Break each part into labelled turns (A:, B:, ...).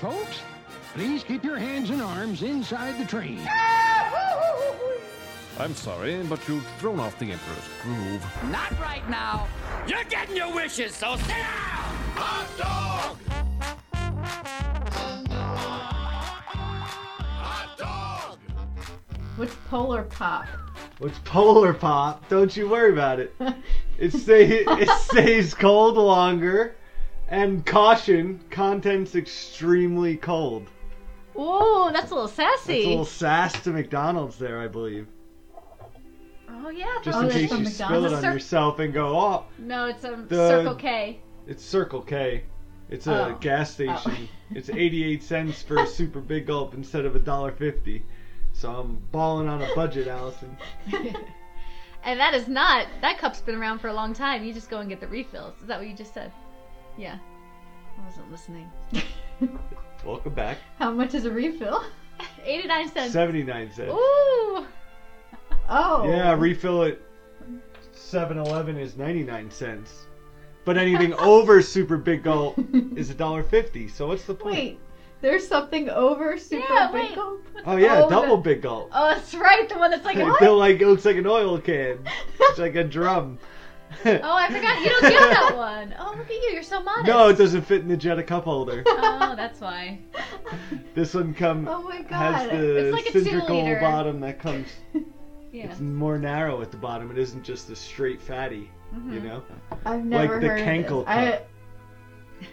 A: folks. Please keep your hands and arms inside the train.
B: I'm sorry, but you've thrown off the Emperor's groove.
C: Not right now. You're getting your wishes, so sit down! Hot dog!
D: What's polar pop?
E: What's polar pop? Don't you worry about it. It stay it stays cold longer. And caution, contents extremely cold.
D: Ooh, that's a little
E: That's
D: sassy.
E: a little sass to McDonald's there, I believe.
D: Oh yeah,
E: Just
D: that's
E: in
D: a-
E: case you
D: from
E: spill it
D: McDonald's.
E: on
D: Cir-
E: yourself and go, oh,
D: No, it's a
E: The-
D: Circle K.
E: it's Circle K. It's a
D: Oh.
E: gas station. It's 88 cents for a super big gulp instead of a dollar fifty. So I'm balling on a budget, Allison.
D: And that is not. That cup's been around for a long time. You just go and get the refills. Is that what you just said? Yeah. I wasn't listening.
E: Welcome back.
D: How much is a refill? 89 cents.
E: 79 cents.
D: Ooh.
F: Oh.
E: Yeah, refill at 7-Eleven is 99 cents. But anything over super big gulp is a dollar fifty. So what's the point?
F: Wait, there's something over Super
D: Yeah,
F: Big
D: wait.
F: Gulp?
E: oh yeah,
D: oh,
E: double
D: the-
E: big gulp.
D: Oh, that's right. The one that's like, what?
E: They're like it looks like an oil can. It's like a drum.
D: Oh, I forgot. You don't get that one. Oh, look at you. You're so modest.
E: No, it doesn't fit in the Jetta cup holder.
D: Oh, that's why.
E: This one come
F: Oh my
E: has
F: god.
E: the
D: It's like a two
E: cylindrical
D: liter.
E: bottom that comes.
D: Yeah.
E: It's more narrow at the bottom. It isn't just a straight fatty.
D: Mm-hmm.
E: You know,
F: I've never
E: the
F: heard of
E: Kankel
F: this.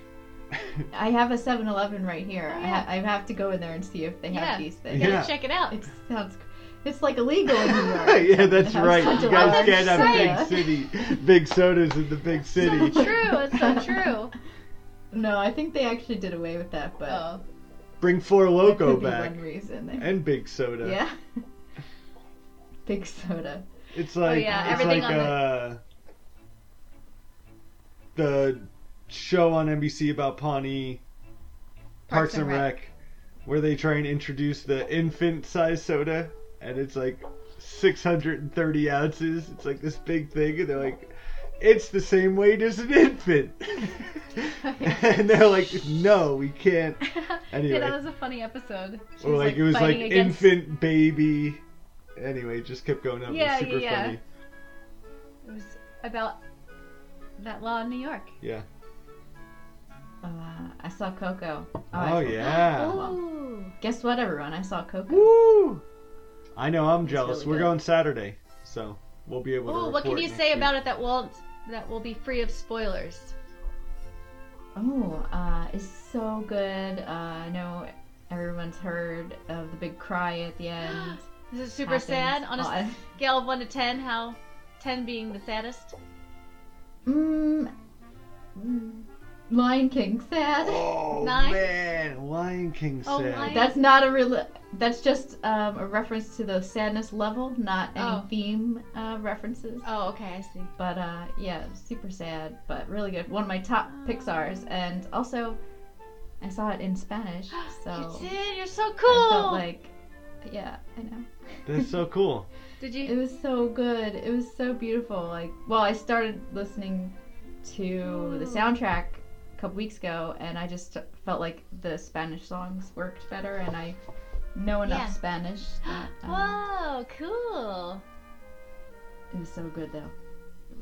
F: I, I have a 7-Eleven right here.
D: Oh,
F: I,
D: yeah.
F: ha- I have to go in there and see if they
D: Yeah.
F: have these
D: You
F: things.
D: gotta
E: Yeah.
D: check it out.
F: It sounds. It's like illegal in New York.
E: yeah, that's right.
F: such a
E: You guys
D: large
E: can't have
F: soda.
E: big city, big sodas in the big city.
D: So true. It's so true.
F: No, I think they actually did away with that, but
D: Oh.
E: Bring Four
F: that
E: Loco
F: could be
E: back
F: one reason. They-
E: and uh, big soda.
F: yeah. Big soda.
E: It's like
D: Oh, yeah,
E: it's
D: everything
E: like
D: on the-
E: uh, the... show on NBC about Pawnee Parks, and Rec. where they try and introduce the infant size soda and it's like 630 ounces. It's like this big thing and they're like it's the same weight as an infant. and they're like no, we can't.
D: Yeah, that
E: Anyway,
D: was a funny episode. She
E: or like, it was like
D: fighting against-
E: infant baby. Anyway, it just kept going up. It was
D: Yeah,
E: super
D: yeah, yeah.
E: funny.
D: It was about that law in New York.
E: Yeah.
F: Uh, I saw Coco. Oh, I
E: Oh
F: saw-
E: yeah.
D: Ooh.
F: Guess what, everyone? I saw Coco.
E: Woo! I know I'm jealous.
F: really
E: We're
F: good.
E: going Saturday, so we'll be able to.
D: Ooh, what can
E: report
D: you
E: next
D: say
E: week.
D: about it that won't that will be free of spoilers?
F: Oh, uh, it's so good. Uh, I know everyone's heard of the big cry at the end.
D: This is super sad.
F: Happens.
D: On a
F: Oh, I-
D: scale of one to ten, how ten being the saddest?
F: Mm, mm, Lion King sad.
E: Oh
D: Nine?
E: man, Lion King
D: Oh,
E: said.
D: Lion-
F: That's not a real. That's just um, a reference to the sadness level, not any
D: Oh.
F: theme uh, references.
D: Oh, okay, I see.
F: But uh, yeah, super sad, but really good. One of my top Pixar's, and also I saw it in Spanish, so
D: you did. You're so
F: I
D: cool.
F: felt like, yeah, I know.
E: That's so cool.
D: Did
F: It
D: you?
F: was so good. It was so beautiful. Like, well, I started listening to the soundtrack a couple weeks ago, and I just felt like the Spanish songs worked better, and I know enough
D: Yeah.
F: Spanish. That, um,
D: Whoa, cool.
F: it was so good, though.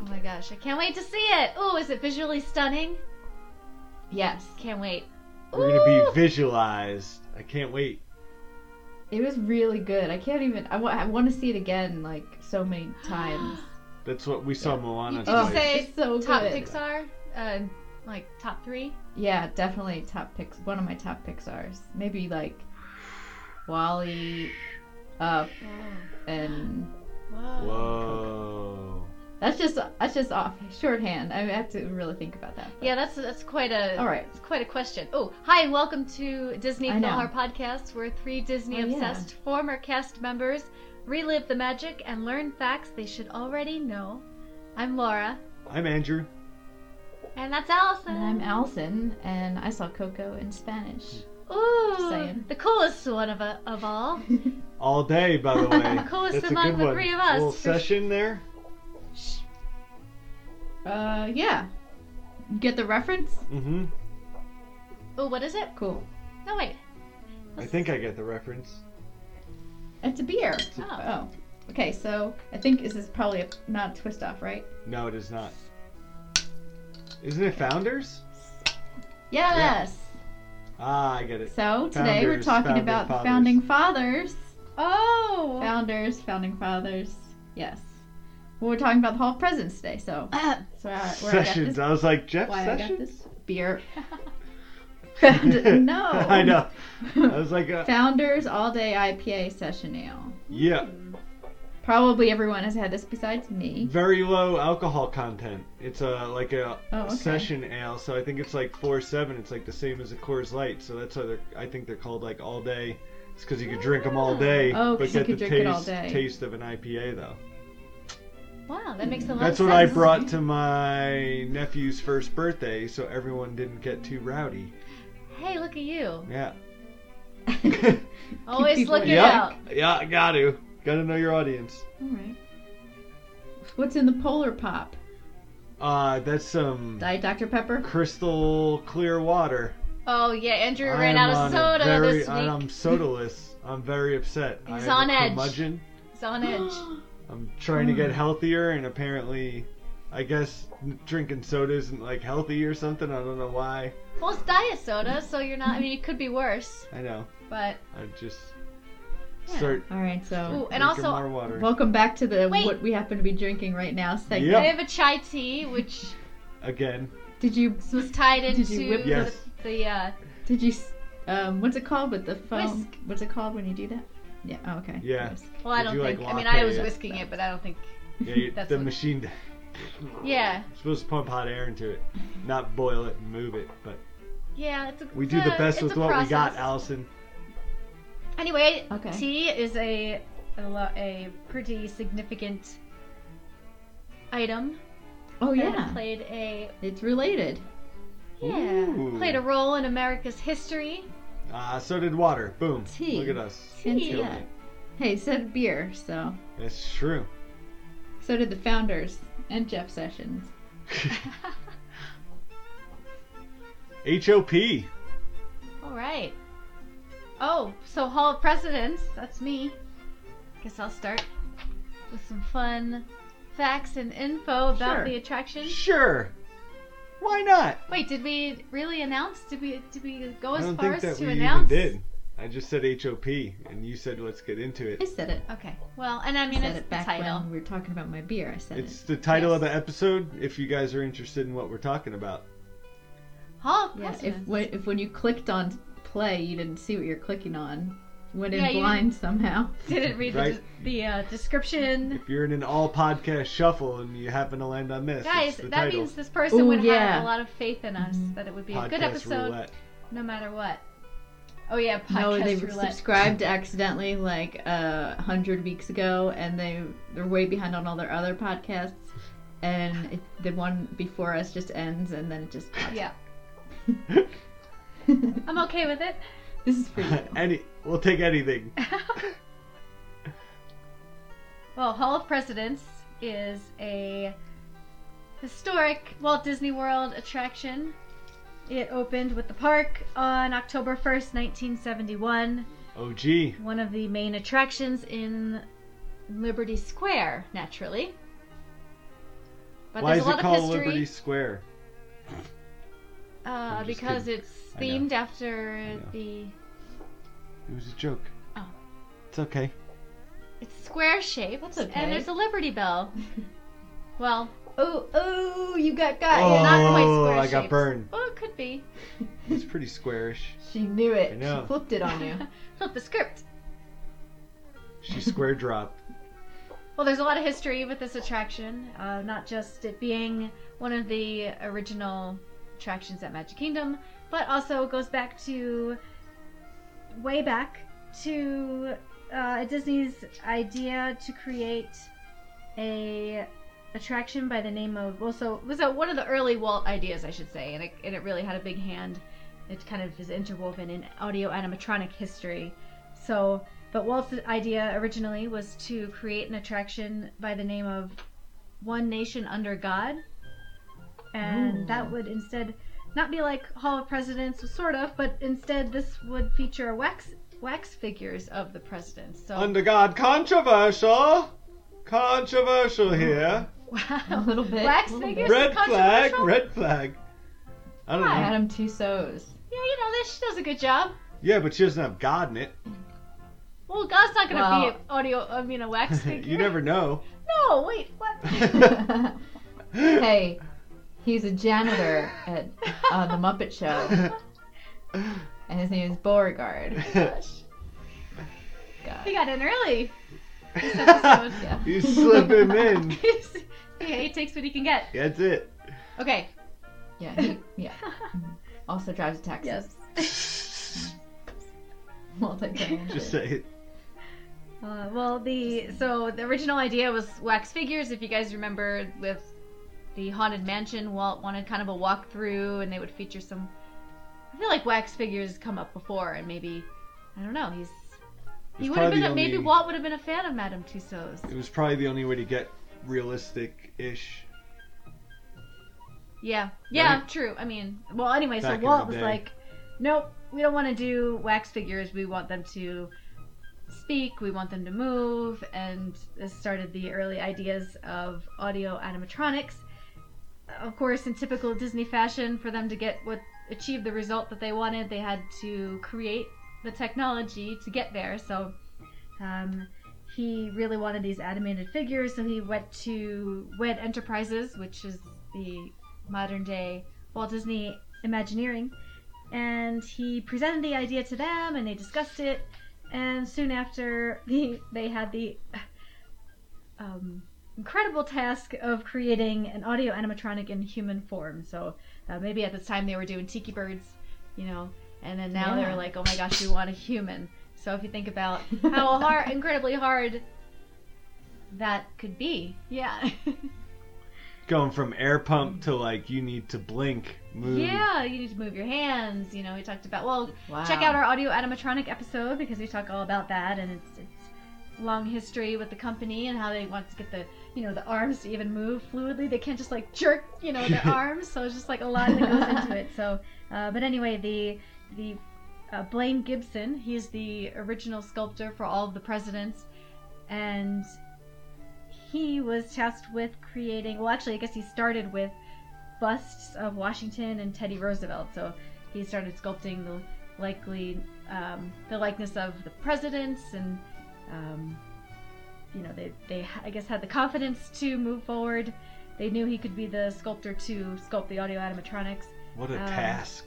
D: Oh my gosh, I can't wait to see it. Ooh, is it visually stunning?
F: Yes,
D: Can't wait.
E: We're gonna be visualized. I can't wait.
F: it was really good. I can't even. I want to see it again, like so many times.
E: That's what we saw
D: You-
E: Moana.
D: did you
F: Oh,
E: twice.
D: say
F: it's so
D: Top
F: good.
D: Pixar, uh, like top three.
F: Yeah, definitely top pix. One of my top Pixar's. Maybe like Wally, Up, and.
E: Whoa.
F: That's just that's just off shorthand. I have to really think about that.
D: Yeah, that's that's quite a
F: All right.
D: It's quite a question. Oh, hi and welcome to Disney
F: I
D: Film
F: know.
D: Our Podcast. We're three Disney
F: Oh, yeah.
D: obsessed former cast members relive the magic and learn facts they should already know. I'm Laura,
E: I'm Andrew.
D: and that's Allison.
F: And I'm Allison, and I saw Coco in Spanish. Just
D: Ooh,
F: saying.
D: the coolest one of a, of all.
E: All day, by the way.
D: Coolest
E: That's a
D: among
E: good
D: the
E: one.
D: three of us,
E: Little
D: for
E: session there.
F: Uh, yeah. You Get the reference?
E: Mm-hmm.
D: Ooh, Oh, what is it?
F: Cool.
D: No, wait.
E: I think I get the reference.
F: It's a beer.
D: Oh.
F: Oh. Okay, so I think this is probably a, not a twist off, right?
E: No, it is not. Isn't it Founders?
F: Yes.
E: Ah, I get it.
F: So today we're
E: Founders,
F: talking
E: founding
F: about the
E: fathers.
F: founding fathers.
D: Oh.
F: Founders, founding fathers. Yes. Well, we're talking about the Hall of Presidents today, so that's where I, uh, where I got
E: Sessions.
F: this.
E: I was like, Jeff
F: Why I got
E: Sessions?
F: this beer? uh, no.
E: I know. I was like, uh,
F: Founders All Day IPA Session Ale.
E: yeah.
F: Probably everyone has had this besides me.
E: Very low alcohol content. It's a like a
F: Oh, okay.
E: session ale, so I think it's like four seven. It's like the same as a Coors Light, so that's how they're. I think they're called like all day. It's because you could drink them all day,
F: Oh, 'cause
E: but
F: you
E: get
F: could
E: the
F: drink it all
E: taste
F: day.
E: taste of an IPA though.
D: Wow, that makes a lot
E: That's
D: of
E: what I
D: sense.
E: brought to my nephew's first birthday, so everyone didn't get too rowdy.
D: Hey, look at you.
E: Yeah,
D: Always
F: people
D: looking
E: in
D: out.
E: yeah, got to, got to know your audience.
F: All right. What's in the Polar Pop?
E: Uh, that's some
F: Diet Dr. Pepper?
E: crystal clear water.
D: Oh, yeah, Andrew
E: I
D: ran out
E: am
D: of
E: on a
D: soda
E: very,
D: this week.
E: and I'm sodaless. I'm very upset. I
D: He's
E: am a
D: on edge. Mm.
E: curmudgeon.
D: It's on edge.
E: I'm trying to get healthier, and apparently, I guess drinking soda isn't like healthy or something. I don't know why.
D: Well, it's diet soda, so you're not. I mean, it could be worse,
E: I know.
D: but
E: I just start.
F: All right, so
D: Ooh, and
E: drinking
D: also
E: more water.
F: welcome back to the
D: Wait.
F: what we happen to be drinking right now segment.
D: I
E: Yep.
D: have a chai tea, which
E: Again,
F: Did you
D: was tied into
F: Did you whip-
D: the,
E: Yes.
D: the uh,
F: did you s- um what's it called with the foam?
D: Whisk.
F: What's it called when you do that? Yeah. Oh, okay.
E: Yeah.
F: Whisk.
D: well, I
E: Did
D: don't
E: you, like,
D: think. I mean, I
E: latte
D: was
E: it?
D: whisking it, but I don't think.
E: yeah, you,
D: That's
E: the
D: what-
E: machine d-
D: Yeah,
E: supposed to pump hot air into it, not boil it and move it. But
D: yeah. It's a,
E: we
D: it's
E: do the
D: a-
E: best
D: it's
E: with
D: a
E: what we got,
D: process.
E: Allison.
D: Anyway,
F: Okay.
D: tea is a a, lo- a pretty significant item
F: Oh
D: that
F: yeah.
D: played a
F: It's related.
D: yeah
E: Ooh.
D: played a role in America's history.
E: Uh, so did water. Boom.
F: Tea.
E: Look at us.
F: And
D: Tea.
F: so that. Hey, it said beer, so
E: That's true.
F: so did the founders and Jeff Sessions.
E: HOP.
D: All right. Oh, so Hall of Presidents, that's me. Guess I'll start with some fun facts and info about
E: Sure.
D: the attraction.
E: Sure. Why not?
D: Wait, did we really announce? Did we did we go
E: I
D: as
E: don't
D: far
E: think
D: as
E: that
D: to
E: we
D: announce?
E: even did. I just said HOP, and you said let's get into
F: I
E: it.
F: said it.
D: Okay. Well, and I
F: I
D: mean
F: said
D: it's
F: it
D: the
F: back
D: title.
F: when we were talking about my beer. I said
E: It's
F: it.
E: the title of
D: Yes.
E: the episode. If you guys are interested in what we're talking about,
D: Hall of
F: Yeah. If
D: Presidents.
F: when, if when you clicked on play, you didn't see what you're clicking on. Went
D: Yeah,
F: in
D: you
F: blind somehow.
D: Didn't read
E: Right.
D: the, the uh, description.
E: if you're in an all podcast shuffle and you happen to land on this,
D: Guys,
E: it's the
D: that
E: title.
D: means this person
F: Ooh,
D: would have a
F: yeah.
D: lot of faith in us that it would be a good
E: Podcast
D: episode
E: roulette.
D: no matter what. Oh yeah, podcast
F: no, they
D: roulette.
F: subscribed accidentally like a hundred weeks ago, and they they're way behind on all their other podcasts. And it, the one before us just ends, and then it just.
D: Yeah. I'm okay with it.
F: This is for you.
E: Any, we'll take anything.
D: Well, Hall of Presidents is a historic Walt Disney World attraction. It opened with the park on October 1st, 1971,
E: Oh, gee.
D: one of the main attractions in Liberty Square, naturally. But
E: Why
D: there's
E: is
D: a lot
E: it
D: of
E: called
D: history
E: Liberty Square?
D: uh,
E: I'm just
D: because
E: kidding.
D: it's
E: I know.
D: themed after
E: know.
D: the
E: It was a joke.
D: Oh.
E: It's okay.
D: It's square shaped,
F: That's okay.
D: and there's a Liberty Bell. well,
F: Oh, oh, you got got.
E: Oh,
D: not quite square
E: I got
D: shaped.
E: burned.
D: Well, it could be.
E: It's pretty squarish.
F: She knew
E: I
F: it.
E: know.
F: She flipped it on you.
D: Flip the script.
E: She square dropped.
D: Well, there's a lot of history with this attraction, uh, not just it being one of the original attractions at Magic Kingdom, but also it goes back to way back to uh, Disney's idea to create a attraction by the name of well, so it was a, one of the early Walt ideas, I should say, and it, and it really had a big hand. It kind of is interwoven in audio animatronic history, so. But Walt's idea originally was to create an attraction by the name of One Nation Under God. And that would instead not be like Hall of Presidents, sort of, but instead this would feature wax wax figures of the presidents. So
E: Under God, controversial. Controversial
D: Hmm.
E: here.
D: wow,
F: A little bit,
D: wax
F: a little
D: figures.
F: bit.
D: are
E: Red flag,
D: controversial?
E: red flag. I don't know.
F: Adam Tussauds.
D: Yeah, you know this. She does a good job.
E: Yeah, but she doesn't have God in it.
D: Well, God's not gonna
F: Wow.
D: be an audio. I mean, a wax figure.
E: you never know.
D: No, wait, what?
F: hey, he's a janitor at on the Muppet Show, and his name is Beauregard.
D: he got in early.
F: yeah.
E: you slip him in.
D: yeah, he takes what he can get.
E: That's it.
D: Okay.
F: Yeah, he, yeah. Mhm. Also drives a taxi. Multi-talented.
E: Just say it.
D: Uh, well, the so the original idea was wax figures. If you guys remember, with the haunted mansion, Walt wanted kind of a walkthrough, and they would feature some. I feel like wax figures come up before, and maybe I don't know. He's he
E: It's
D: would have
E: probably
D: been
E: the
D: a, maybe
E: only-
D: Walt would have been a fan of Madame Tussauds.
E: It was probably the only way to get realistic ish.
D: Yeah, yeah,
E: Right?
D: true. I mean, well, anyway,
E: Back in
D: so
E: the
D: Walt was
E: day.
D: like, "Nope, we don't want to do wax figures. We want them to speak. We want them to move." And this started the early ideas of audio animatronics. Of course, in typical Disney fashion, for them to get what achieve the result that they wanted, they had to create the technology to get there. So. Um, he really wanted these animated figures, so he went to Wed Enterprises, which is the modern day Walt Disney Imagineering, and he presented the idea to them, and they discussed it. And soon after, the, they had the um, incredible task of creating an audio animatronic in human form. So uh, maybe at this time they were doing tiki birds, you know, and then now
F: Yeah.
D: they're like, oh my gosh, we want a human. So if you think about how hard, incredibly hard that could be, yeah,
E: Going from air pump to like you need to blink, move.
D: yeah, you need to move your hands. You know, we talked about well,
F: Wow.
D: check out our audio animatronic episode because we talk all about that and it's, it's long history with the company and how they want to get the you know the arms to even move fluidly they can't just like jerk you know their arms so it's just like a lot that goes into it so uh, but anyway the the uh, blaine gibson he's the original sculptor for all of the presidents and he was tasked with creating well actually i guess he started with busts of washington and teddy roosevelt so he started sculpting the likely um, the likeness of the presidents and um, you know they, they i guess had the confidence to move forward they knew he could be the sculptor to sculpt the audio animatronics
E: What a
D: Um,
E: task.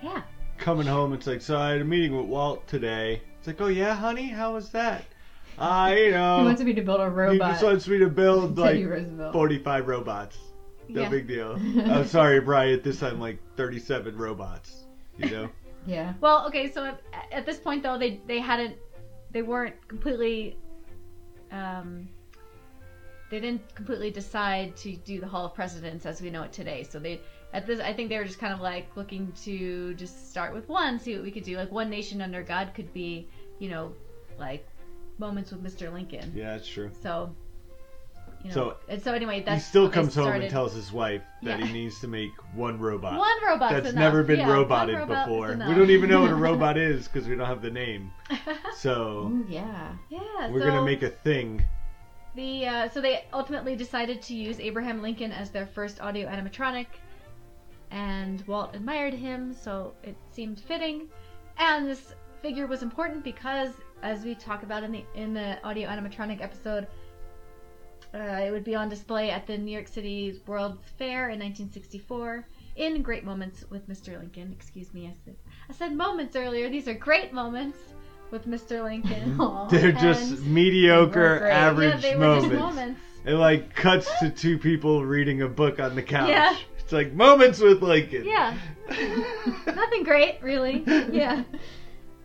D: yeah
E: Coming home, it's like, so I had a meeting with Walt today. It's like, oh yeah, honey, how was that? Ah, you
F: He
E: know,
F: wants me to build a
E: he
F: robot.
E: just wants me to build
F: Teddy
E: like
F: Roosevelt.
E: 45 robots. No
D: yeah
E: big deal. I'm sorry, Brian. This time, like 37 robots. You know,
F: Yeah.
D: well okay so at, at this point though they they hadn't they weren't completely um, they didn't completely decide to do the hall of presidents as we know it today so they at this i think they were just kind of like looking to just start with one see what we could do like one nation under god could be you know like moments with mr lincoln
E: yeah, that's true.
D: so you know
E: So-
D: and so anyway
E: He
D: that's
E: still
D: what they
E: comes home and
D: started.
E: tells his wife that
D: Yeah.
E: he needs to make one robot.
D: one robot
E: that's never been roboted before. We don't even know what a robot is because we don't have the name. So
F: Ooh, yeah.
D: yeah
E: we're
D: so,
E: gonna make a thing.
D: The uh, so they ultimately decided to use Abraham Lincoln as their first audio animatronic, and Walt admired him, so it seemed fitting. And this figure was important because, as we talk about in the in the audio animatronic episode, uh, it would be on display at the New York City World's Fair in 1964 in Great Moments with Mr. Lincoln. Excuse me, I said I said moments earlier. These are great moments with Mr.
E: Mm.
D: Lincoln.
E: They're
D: And-
E: just mediocre,
F: great. Yeah,
E: Mm-hmm. average
D: yeah, they were
E: moments.
D: just moments.
E: It like cuts to two people reading a book on the couch.
D: Yeah.
E: It's like moments with Lincoln.
D: Yeah, nothing great, really. Yeah,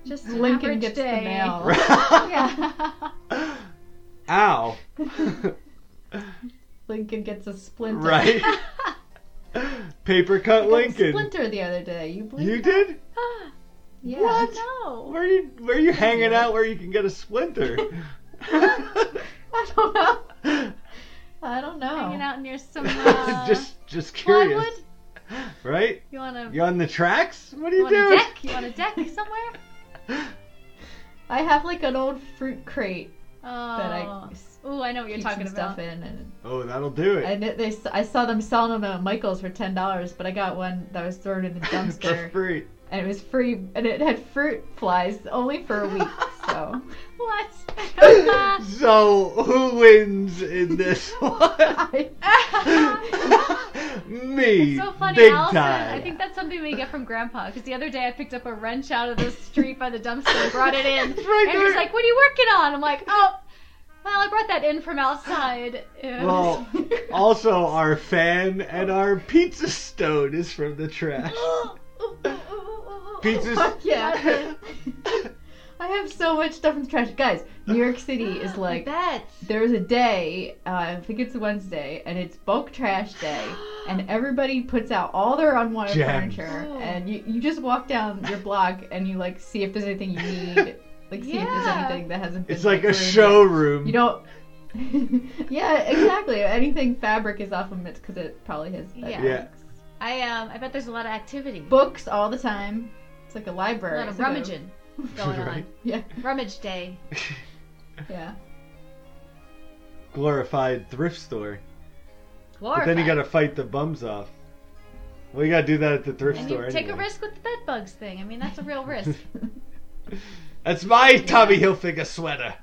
D: just an
F: Lincoln
D: average
F: gets
D: day.
F: the mail.
D: Yeah,
E: Ow.
F: Lincoln gets a splinter.
E: right. Paper
F: I
E: cut
F: got a
E: Lincoln.
F: splinter the other day. You blinked.
E: You did?
F: Yeah.
E: What?
D: no.
E: Where you where you hanging out where you can get a splinter?
F: I don't know. I don't know.
D: Hanging out near some uh,
E: just just curious.
D: plywood.
E: right?
D: You want to?
E: You on the tracks? What are
D: You want
E: you
D: a
E: doing?
D: deck? You want a deck somewhere?
F: I have like an old fruit crate
D: Oh.
F: that I s-
D: Ooh, I know what you're
F: keep
D: talking
F: some
D: about.
F: stuff in, and
E: Oh, that'll do
F: I
E: it.
F: kn- they s- I saw them selling them at Michaels for ten dollars, but I got one that was thrown in the
E: For
F: dumpster,
E: free.
F: and it was free, and it had fruit flies only for a week. So
D: What?
E: So who wins in this one?
F: I,
E: Me.
D: so funny,
E: Big
D: Allison.
E: time.
D: I think that's something we get from Grandpa. Because the other day I picked up a wrench out of the street by the dumpster and brought it in.
E: right
D: and he's
E: there.
D: like, "What are you working on?" I'm like, "Oh, well, I brought that in from outside." And-
E: Well, also our fan and our pizza stone is from the trash.
D: Oh,
E: Pizza.
F: fuck yeah. I have so much stuff in the trash, guys. New York City is like
D: that.
F: there's a day, uh, I think it's Wednesday, and it's bulk trash day, and everybody puts out all their unwanted
E: Gems.
F: furniture,
D: Oh.
F: and you, you just walk down your block and you like see if there's anything you need, like see if there's
D: Yeah.
F: anything that hasn't. Been,
E: It's like a
F: ruined yet.
E: showroom.
F: You don't. yeah, exactly. Anything fabric is off limits because it probably has. that
D: Yeah.
E: Yeah.
D: I um, I bet there's a lot of activity,
F: Books all the time. It's like
D: a
F: a library.
D: lot of
F: It's like a-
D: rummaging going
E: Right.
F: Yeah,
D: on. Rummage day.
F: yeah.
E: glorified thrift store. But
D: Glorified.
E: then you gotta fight the bums off. Well, you gotta do that at the thrift
D: and you
E: store.
D: take a
E: anyway.
D: risk with the bed bugs thing. I mean, that's a real risk.
E: That's my Tommy Hilfiger sweater.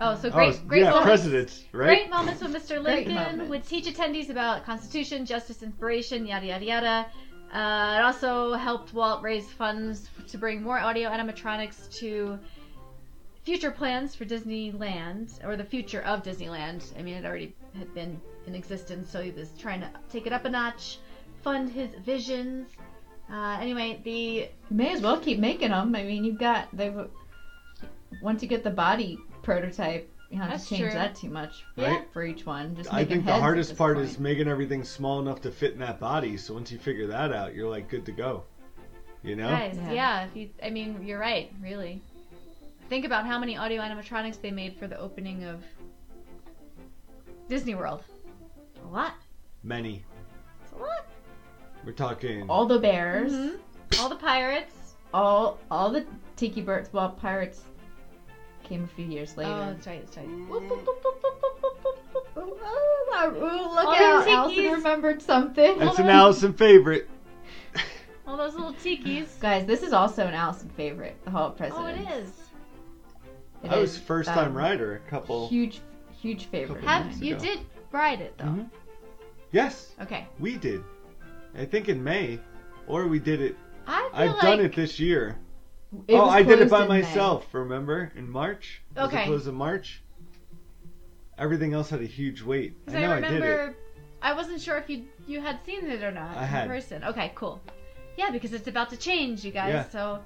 D: Oh, so
E: oh,
D: great, great
E: yeah,
D: moments.
E: presidents, right?
D: Great moments with Mr.
F: Great
D: Lincoln
F: moments.
D: would teach attendees about Constitution, justice, inspiration, yada yada yada. Uh, it also helped Walt raise funds to bring more audio animatronics to future plans for Disneyland or the future of Disneyland. I mean, it already had been in existence, so he was trying to take it up a notch, fund his visions. Uh, anyway, the
F: You may as well keep making them. I mean, you've got they've once you get the body prototype, you don't have
D: That's
F: to change
D: true.
F: that too much for,
E: Right.
F: for each one. Just
E: I
F: making
E: think the
F: heads at
E: hardest
F: this
E: part
F: point.
E: is making everything small enough to fit in that body. So once you figure that out, you're like good to go. You know?
D: guys,
F: Yeah.
D: yeah, if you, I mean, you're right, really. Think about how many audio animatronics they made for the opening of Disney World. A lot.
E: Many.
D: It's a lot.
E: We're talking.
F: all the bears,
D: Mhm. All the pirates.
F: all all the tiki birds. Well, pirates came a few years later.
D: Oh, that's right, that's right.
F: Whoop, whoop, whoop, whoop, whoop, whoop, whoop, whoop, whoop. Oh, oh, look
D: All
F: out!
D: the
F: Allison
D: tikis.
F: remembered something.
E: That's an Allison favorite.
D: All those little tikis.
F: Guys, this is also an Allison favorite. The Hall of
D: Oh,
F: Presidents.
D: it is.
F: It
E: I was
F: is,
E: first time
F: um,
E: rider. A couple.
F: Huge, huge favorite.
E: Couple
D: Have
E: months
D: you
E: ago.
D: did ride it though?
E: Mhm. Yes,
D: Okay.
E: we did. I think in May, or we did it.
D: I feel
E: I've
D: like
E: done it this year.
F: It
E: oh,
F: was
E: I did it
F: closed
E: by
F: in May.
E: myself. Remember in March? Was
D: Okay.
E: It closed in March. Everything else had a huge weight. I
D: Because I,
E: know I, did it.
D: remember, I, wasn't sure if you you had seen it or not
E: I
D: in
E: had.
D: person. Okay, cool. Yeah, because it's about to change, you guys.
E: Yeah.
D: So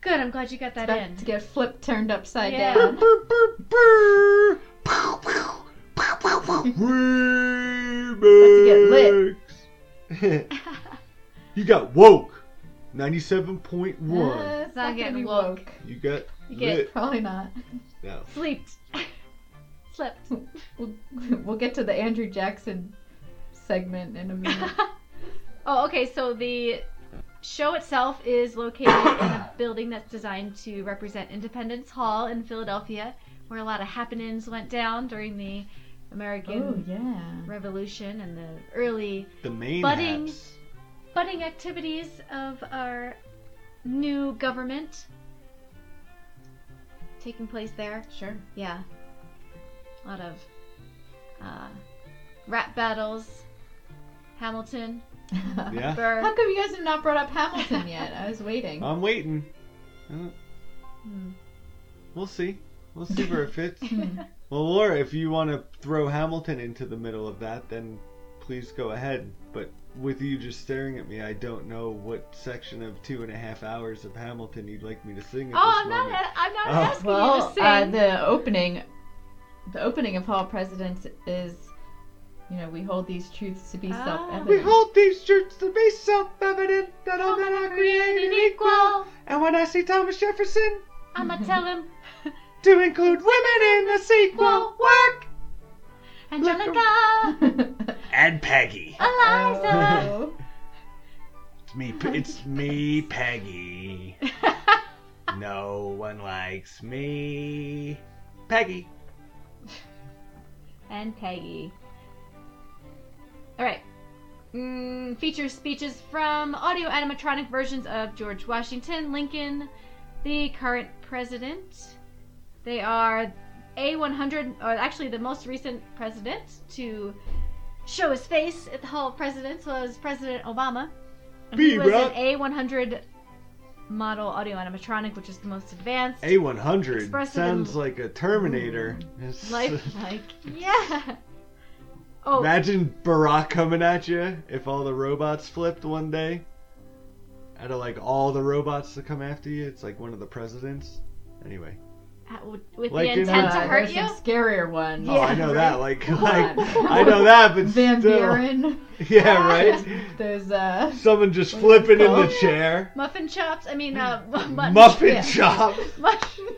D: good. I'm glad you got that
F: About
D: in.
F: to get flipped turned upside
D: Yeah.
F: down.
E: Brr, brr, brr. Pow, pow. Pow, pow, pow.
F: lit.
E: Remix. you got woke. Ninety-seven point one.
F: Uh, it's
D: Not
F: not
D: getting
F: gonna be
D: woke.
F: woke.
E: You got
D: You get-
E: lit.
F: Probably not.
E: No.
D: Sleeped. Slept.
F: We'll, we'll get to the Andrew Jackson segment in a minute.
D: Oh, okay. So the show itself is located in a building that's designed to represent Independence Hall in Philadelphia, where a lot of happenings went down during the American
F: oh yeah.
D: Revolution and the early
E: The main
D: Budding.
E: apps.
D: budding activities of our new government taking place there.
F: Sure.
D: Yeah. A lot of uh, rap battles. Hamilton.
E: Yeah.
D: Burr.
F: How come you guys have not brought up Hamilton yet? I was waiting.
E: I'm waiting. Uh,
D: Hmm.
E: We'll see. We'll see where it fits.
F: Hmm.
E: well, Laura, if you want to throw Hamilton into the middle of that, then please go ahead. But with you just staring at me, I don't know what section of two and a half hours of Hamilton you'd like me to sing. At
D: Oh,
E: this
D: I'm not.
E: moment.
D: a- I'm not
E: Oh.
D: asking you
F: well,
D: to sing.
F: uh, the opening, the opening of Hall of Presidents is, you know, we hold these truths to be
D: Ah.
F: self-evident.
E: We hold these truths to be self-evident that all men are created equal. And when I see Thomas Jefferson
D: I'ma tell him.
E: to include women in the sequel work,
D: Angelica.
E: and Peggy.
D: Eliza!
F: Oh.
E: It's me. Pe- It's me, Peggy. No one likes me, Peggy.
D: and Peggy. All right. Mm, features speeches from audio animatronic versions of George Washington, Lincoln, the current president. They are A100, or actually the most recent president to show his face at the Hall of Presidents was President Obama. And he was an
E: B-Rock.
D: A100 model audio animatronic, which is the most advanced.
E: A100
D: Expressive
E: sounds
D: and-
E: like a Terminator. It's-
D: lifelike. yeah. Oh,
E: Imagine Barack coming at you if all the robots flipped one day. Out of like all the robots that come after you, it's like one of the presidents. Anyway.
D: at- with
E: Like in
D: the intent to
E: a-
D: hurt
F: there's
D: you.
F: Uh, some scarier one.
E: oh, I know that. Like, like
F: on.
E: I know that, but
F: Van
E: still.
F: Buren.
E: Yeah, right.
F: There's uh
E: Someone just
F: What is it
E: flipping in the
F: called?
E: chair.
D: Muffin chops. I mean, uh, mutton,
E: Mm. Muffin
D: yeah.
E: chop.
D: Muffin,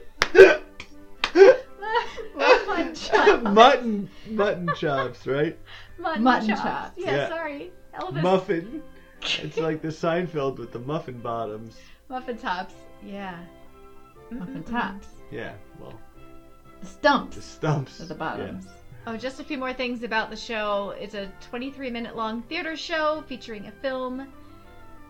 D: muffin chop.
E: mutton, mutton chops, right?
D: Mutton,
F: Mutton
D: chops.
F: chops.
D: Yeah,
E: Yeah.
D: sorry, Elvis.
E: Muffin. It's like the Seinfeld with the muffin bottoms.
D: muffin tops. Yeah.
F: muffin
D: Mm-mm-mm.
F: tops.
E: Yeah, well,
F: Mm-hmm. The
E: the
F: stumps
E: stumps.
F: at the
E: yeah.
F: bottoms.
D: Oh, just a few more things about the show. It's a 23 minute long theater show featuring a film, a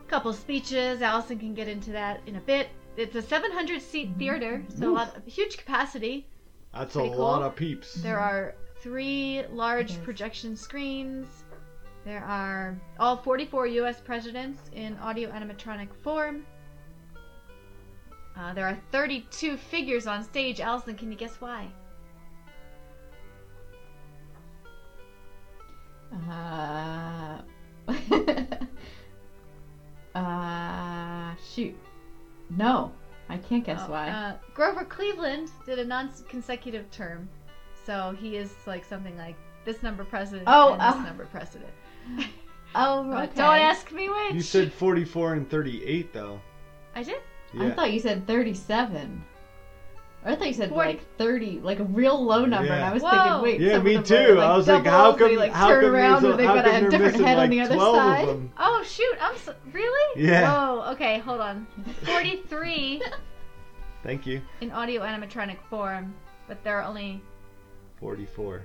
D: couple speeches. Allison can get into that in a bit. It's a 700 seat theater, so a lot, huge capacity.
E: That's a
D: Pretty cool.
E: lot of peeps.
D: There are three large
F: Yes.
D: projection screens. There are all 44 U.S. presidents in audio animatronic form. Uh, there are 32 figures on stage. Allison, can you guess why?
F: Uh, uh, shoot. No, I can't guess
D: Oh,
F: why.
D: Uh, Grover Cleveland did a non-consecutive term, so he is like something like this number president
F: Oh,
D: and
F: oh.
D: this number president.
F: oh,
D: But
F: okay.
D: don't ask me which.
E: You said 44 and 38, though.
D: I did.
F: I thought you said 37. Or I thought you said
D: Forty-
F: like 30, like a real low number. And
E: Yeah.
F: I was
D: Whoa.
F: thinking, wait,
E: yeah,
F: some
E: me
F: of
E: too.
F: them Are,
E: I was like, how
F: doubles,
E: come?
F: They, like,
E: how
F: turn
E: come
F: around
E: there's,
F: or
E: a-
F: they
E: how
F: gotta
E: come
F: have
E: they're
F: different
E: missing
F: head
E: like
F: on the other
E: 12
F: side?
E: of them?
D: Oh shoot! I'm so really.
E: Yeah.
D: Whoa. Okay, hold on. Forty-three
E: Thank you.
D: in audio animatronic form, but there are only
E: 44.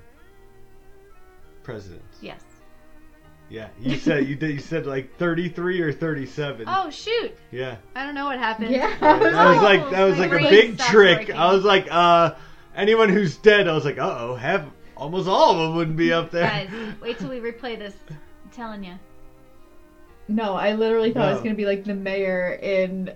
E: Presidents.
D: yes.
E: Yeah, you said you did. You said like 33 or 37.
D: Oh shoot!
E: Yeah,
D: I don't know what happened.
F: Yeah. Oh,
E: that was like that was
D: my
E: like a
D: brain
E: big
D: stopped
E: trick.
D: working.
E: I was like, uh, anyone who's dead. I was like, uh oh, have almost all of them wouldn't be up there.
D: Guys, wait till we replay this. I'm telling you.
F: No, I literally thought it was
E: No.
F: gonna be like the mayor in,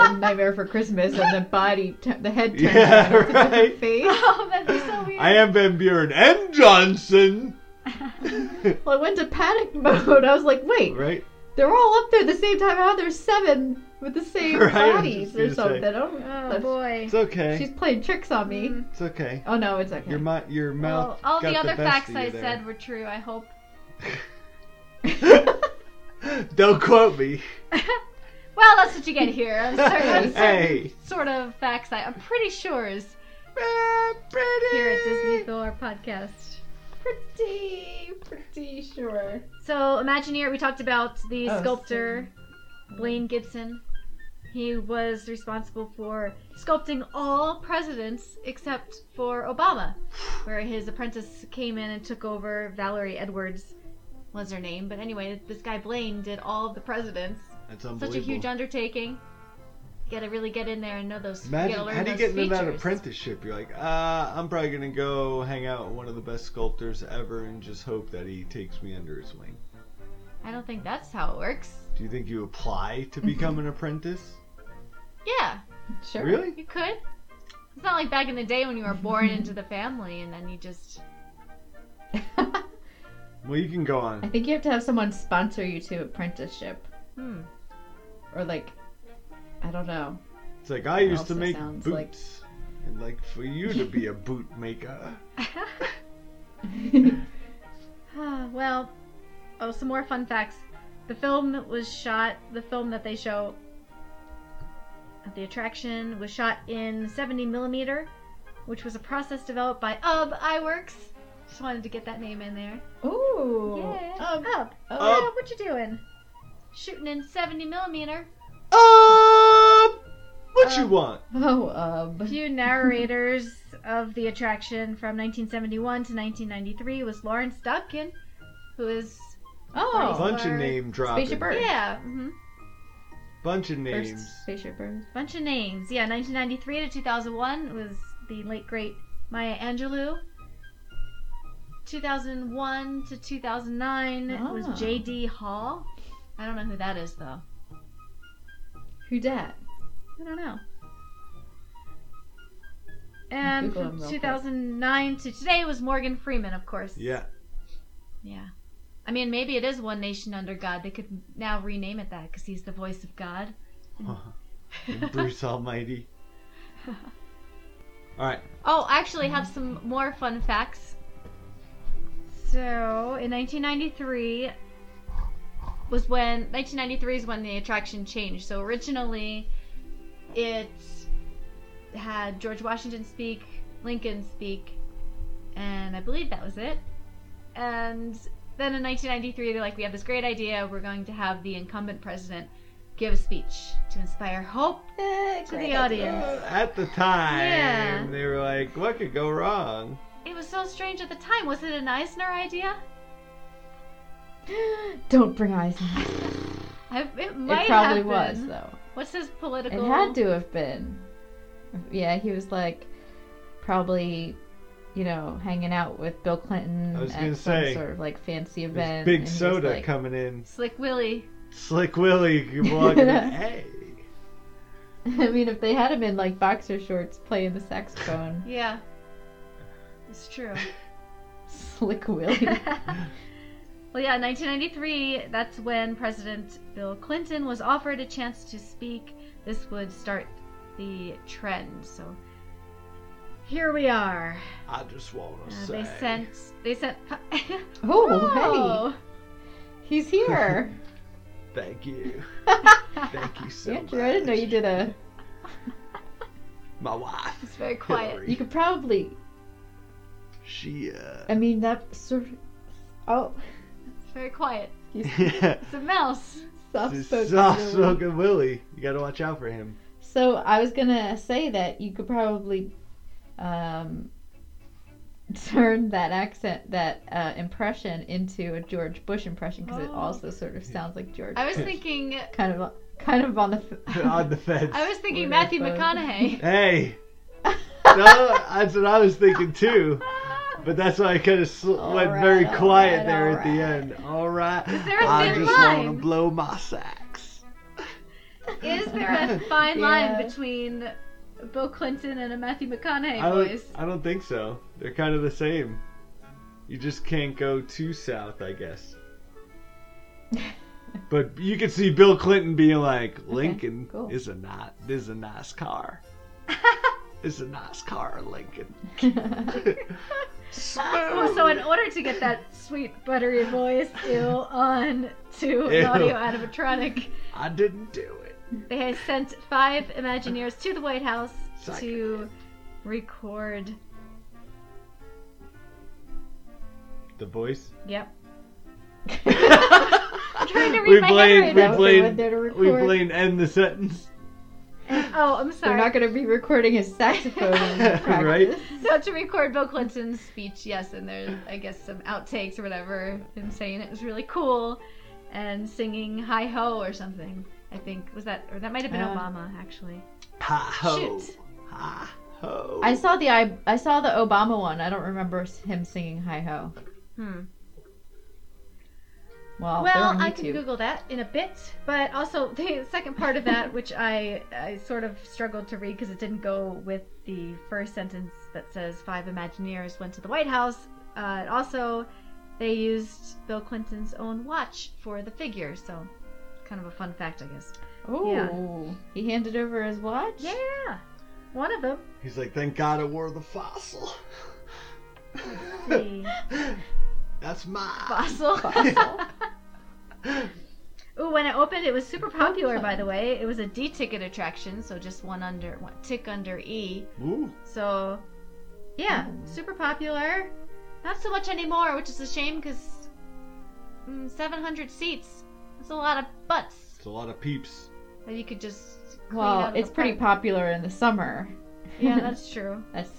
F: in Nightmare for Christmas, and the body, t- the head turns
E: Yeah,
F: around into the
E: right.
F: face.
D: oh, that'd be so weird.
E: I am Van Buren and Johnson.
F: Well, I went to panic mode. I was like, wait,
E: right?
F: they're all up there the same time. How there's seven with the same
E: Right, I was
F: bodies
E: just
F: or
E: gonna say.
F: something? Oh,
D: Oh boy.
E: It's okay.
F: She's playing tricks on me.
D: Mm.
E: It's okay.
F: Oh no, it's okay.
E: Your mouth. Your
D: Well,
E: mouth.
D: all the
E: got
D: other
E: best
D: facts
E: of you
D: I
E: there.
D: said were true. I hope.
E: Don't quote me.
D: Well, that's what you get here. I'm sorry. I'm sorry.
E: hey.
D: Sort of facts I, I'm pretty sure is here at Disney
E: Pretty.
D: Thor podcast.
F: pretty, pretty sure.
D: So Imagineer, we talked about the
F: Oh,
D: sculptor Blaine Gibson. He was responsible for sculpting all presidents except for Obama, where his apprentice came in and took over. Valerie Edwards was her name, but anyway, this guy Blaine did all of the presidents.
E: That's
D: Such
E: unbelievable.
D: a huge undertaking. You gotta really get in there and know those.
E: Imagine
D: gotta learn
E: how do you
D: those
E: get into that
D: features.
E: apprenticeship? You're like, uh, I'm probably gonna go hang out with one of the best sculptors ever and just hope that he takes me under his wing.
D: I don't think that's how it works.
E: Do you think you apply
D: Mm-hmm.
E: to become an apprentice?
D: Yeah,
F: Sure.
E: Really?
D: you could. It's not like back in the day when you were born into the family and then you just
F: I
E: Well, you can go on.
F: think you have to have someone sponsor you to apprenticeship,
D: hmm.
F: or like, I don't know.
E: It's like I used
F: also
E: to make
F: sounds
E: boots,
F: like-
E: and like for you to be a boot maker.
D: Ah, well, oh, some more fun facts. The film that was shot, the film that they show at the attraction, was shot in 70 millimeter, which was a process developed by UB Iwerks. Just wanted to get that name in there.
F: Ooh.
D: Yeah.
F: Um,
D: up.
F: oh.
D: Yeah, what you doing? Shooting in 70 millimeter.
E: Um, what you
D: Um,
E: want?
F: Oh, um.
D: Few narrators of the attraction from 1971 to 1993 was Lawrence Dobkin, who is
E: A
F: Oh.
D: Fun-
E: bunch of
D: or
E: name dropping.
F: Spaceship Earth.
D: yeah, hmm
E: Bunch of
F: First
E: names.
F: spaceship bird.
D: bunch of names. Yeah, 1993 to 2001 was the late great Maya Angelou. 2001 to 2009 was
F: Ah.
D: J.D. Hall. I don't know who that is though.
F: Who dat?
D: I don't know. And
F: Google him
D: from
F: real quick.
D: 2009 to today was Morgan Freeman, of course.
E: Yeah.
D: Yeah. I mean, maybe it is One Nation Under God. They could now rename it that because he's the voice of God.
E: Bruce Almighty. All right.
D: Oh, I actually have some more fun facts. So, in 1993 was when 1993 is when the attraction changed. So originally, it had George Washington speak, Lincoln speak, and I believe that was it. And then in 1993, they're like, "We have this great idea. We're going to have the incumbent president give a speech to inspire hope to the audience."
E: Uh, at the time,
D: Yeah.
E: they were like, "What could go wrong?"
D: It was so strange at the time. Was it an Eisner idea?
F: Don't bring eyes. in.
D: I, it might
F: It probably
D: have
F: was
D: been.
F: though.
D: What's his political?
F: It had to have been. Yeah, he was like probably, you know, hanging out with Bill Clinton
E: I was
F: at
E: gonna
F: some
E: say,
F: sort of like fancy
E: There's
F: event.
E: big
F: and he was
E: soda
F: like,
E: coming in.
D: Slick Willie.
E: Slick Willie walking. in. hey.
F: I mean, if they had him in like boxer shorts playing the saxophone,
D: Yeah, it's true.
F: Slick Willie.
D: Well, yeah, 1993. That's when President Bill Clinton was offered a chance to speak. This would start the trend. So here we are.
E: I just want to
D: Uh,
E: say.
D: they sent. They sent.
F: Oh, hey, he's here.
E: Thank you. Thank you so
F: Andrew, I didn't know
E: much.
F: you did a.
E: My wife.
D: It's very quiet.
E: Hillary,
F: You could probably.
E: She uh.
F: I mean, that sort of. Oh,
D: It's very quiet.
E: yeah.
D: It's a mouse.
F: soft spoken.
E: Soft spoken Willie. You gotta watch out for him.
F: So I was gonna say that you could probably um, turn that accent, that uh, impression, into a George Bush impression because it
D: Oh.
F: also sort of sounds like George.
D: I was thinking.
F: kind of, kind of on the.
E: On the fence.
D: I was thinking
F: We're
D: Matthew
F: both-
D: McConaughey.
E: Hey. no, that's what I was thinking too. But that's why I kind of sl-
F: All
E: went
F: right,
E: very
F: all
E: quiet
F: right,
E: there
F: all
E: at the end. All right.
D: there a
E: I
D: thin
E: just
D: line?
E: want to blow my sax.
D: Is there a fine
F: Yeah.
D: line between Bill Clinton and a Matthew McConaughey
E: I don't,
D: voice?
E: I don't think so. They're kind of the same. You just can't go too south, I guess. But you could see Bill Clinton being like, "Lincoln
F: cool.
E: is a not, this is a nice car. this is a nice car, Lincoln."
F: Oh,
D: Well, so in order to get that sweet buttery voice ew, on to an
E: Ew.
D: audio animatronic,
E: I didn't do it.
D: they sent five Imagineers to the White House
E: Psych.
D: to record.
E: The voice.
D: Yep. I'm trying to read
E: We
D: my
E: blame, we
D: handwriting.
F: That was the one
E: blame,
F: there to
E: we
F: record.
E: blame. End the sentence.
D: Oh, I'm
F: They're
D: sorry.
F: not going to be recording his saxophone in
E: Right?
F: practice.
D: So to record Bill Clinton's speech, yes, and there's I guess some outtakes or whatever, him saying it was really cool, and singing "Hi Ho" or something. I think was that, or that might have been
F: Uh,
D: Obama actually.
E: Ha ho.
D: Shoot.
E: Ha ho.
F: I saw the I, I saw the Obama one. I don't remember him singing "Hi Ho."
D: Hmm.
F: Well, Oh, they're
D: Well,
F: on
D: I can
F: YouTube.
D: Google that in a bit, but also the second part of that, which I, I sort of struggled to read because it didn't go with the first sentence that says five Imagineers went to the White House. Uh, and also, they used Bill Clinton's own watch for the figure, so kind of a fun fact, I guess.
F: Oh,
D: yeah.
F: he handed over his watch.
D: Yeah, one of them.
E: He's like, thank God I wore the fossil.
D: The
E: That's my.
D: fossil. Ooh, when it opened, it was super popular. By the way, it was a D ticket attraction, so just one under one tick under E.
E: Ooh.
D: So, yeah, super popular. Not so much anymore, which is a shame because mm, 700 seats. That's a lot of butts
E: It's a lot of peeps.
D: that you could just. Clean out
F: Well,
D: of the
F: it's pretty
D: park.
F: popular in the summer.
D: Yeah, that's true.
F: That's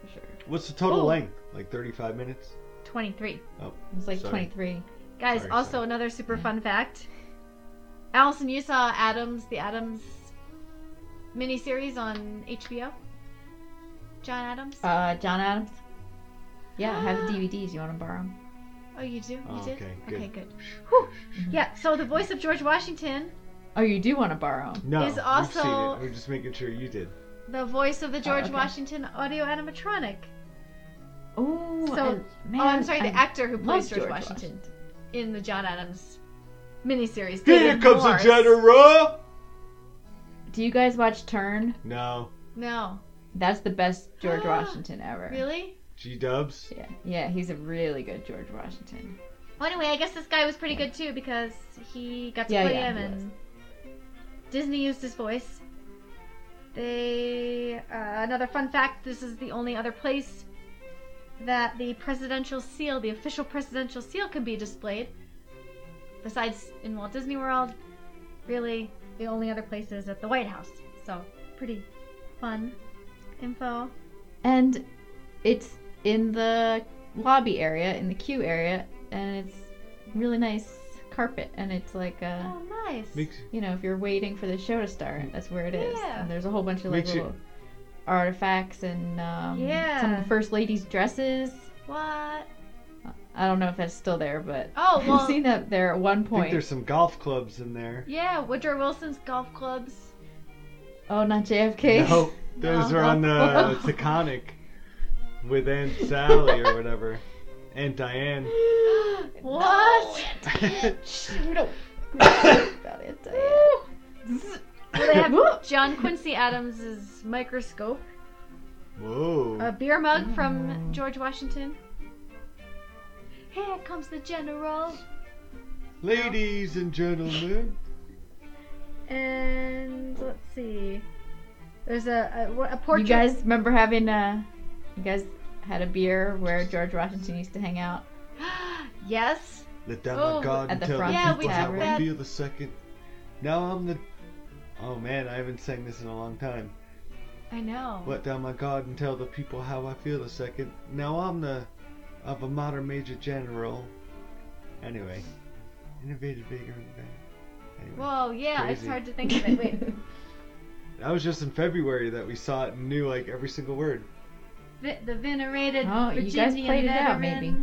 F: for sure.
E: What's the total
D: Oh.
E: length? Like 35 minutes?
D: 23.
E: Oh,
F: It was like
E: Sorry.
F: 23.
D: Guys,
E: Sorry,
D: also
E: sorry.
D: another super fun fact. Allison, you saw Adams, the Adams miniseries on HBO. John Adams.
F: Uh, John Adams. Yeah, I have the DVDs. You want to borrow 'em?
D: oh, you do. You
E: Oh,
D: did.
E: okay, good.
D: Okay, good. Whew. Yeah. So the voice of George Washington,
F: Oh, you do want to borrow 'em.
E: no.
D: There's
E: we've
D: also-
E: seen it. We're just making sure you did.
D: the voice of the George
F: okay.
D: Washington audio animatronic.
F: Oh,
D: So-
F: and- man,
D: oh, I'm sorry, the
F: I
D: actor who plays
F: love
D: George, Washington, in the John Adams miniseries.
E: Here
D: David
E: comes the
D: Morse.
E: general!
F: Do you guys watch Turn?
E: No.
D: No,
F: That's the best George
D: Ah,
F: Washington ever.
D: really?
E: G Dubs?
F: Yeah, yeah, he's a really good George Washington.
D: Well, anyway, I guess this guy was pretty good too because he got to
F: Yeah,
D: play
F: yeah,
D: him
F: he
D: and Disney used his voice. They uh, another fun fact: this is the only other place that the presidential seal, the official presidential seal, can be displayed. Besides in Walt Disney World, really, the only other place is at the White House. So pretty fun info.
F: And it's in the lobby area, in the queue area, and it's really nice carpet. And it's like, uh,
D: Oh, nice.
E: Makes,
F: you know, if you're waiting for the show to start, that's where it is.
D: Yeah.
F: And there's a whole bunch of like
E: Makes you-
F: little artifacts and um, some of
D: Yeah.
F: the first ladies' dresses.
D: what?
F: I don't know if that's still there, but
D: Oh,
F: I've
D: well-
F: seen that there at one
E: I think
F: point.
E: there's some golf clubs in there.
D: Yeah, Woodrow Wilson's golf clubs.
F: Oh, not JFK.
E: No, those
D: No.
E: are on the Taconic with Aunt Sally or whatever. Aunt Diane.
D: What?
F: we don't. we don't talk about it, Diane.
D: Well, they
F: Whoop.
D: have John Quincy Adams's microscope,
E: Whoa.
D: a beer mug from George Washington. Here comes the general,
E: Ladies and gentlemen.
D: and let's see. There's a a, what- a
F: You
D: portrait.
F: guys remember having a? You guys had a beer where George Washington used to hang out.
D: yes.
E: Let down
D: Oh,
E: my guard
F: at
E: and
F: the
E: tell the
F: front
D: Yeah, we
E: people how
D: took
E: I
D: that.
E: feel the second. Now I'm the. Oh man, I haven't sang this in a long time.
D: I know.
E: Let down my guard and tell the people how I feel the second. Now I'm the. of a modern major general. Anyway. Innovative, bigger, and better. Anyway.
D: Whoa, yeah, it's
E: Crazy.
D: hard to think of it. Wait,
E: That was just in February that we saw it and knew like every single word.
D: vi- the venerated
F: Oh, you
D: Virginia
F: guys played it out, maybe.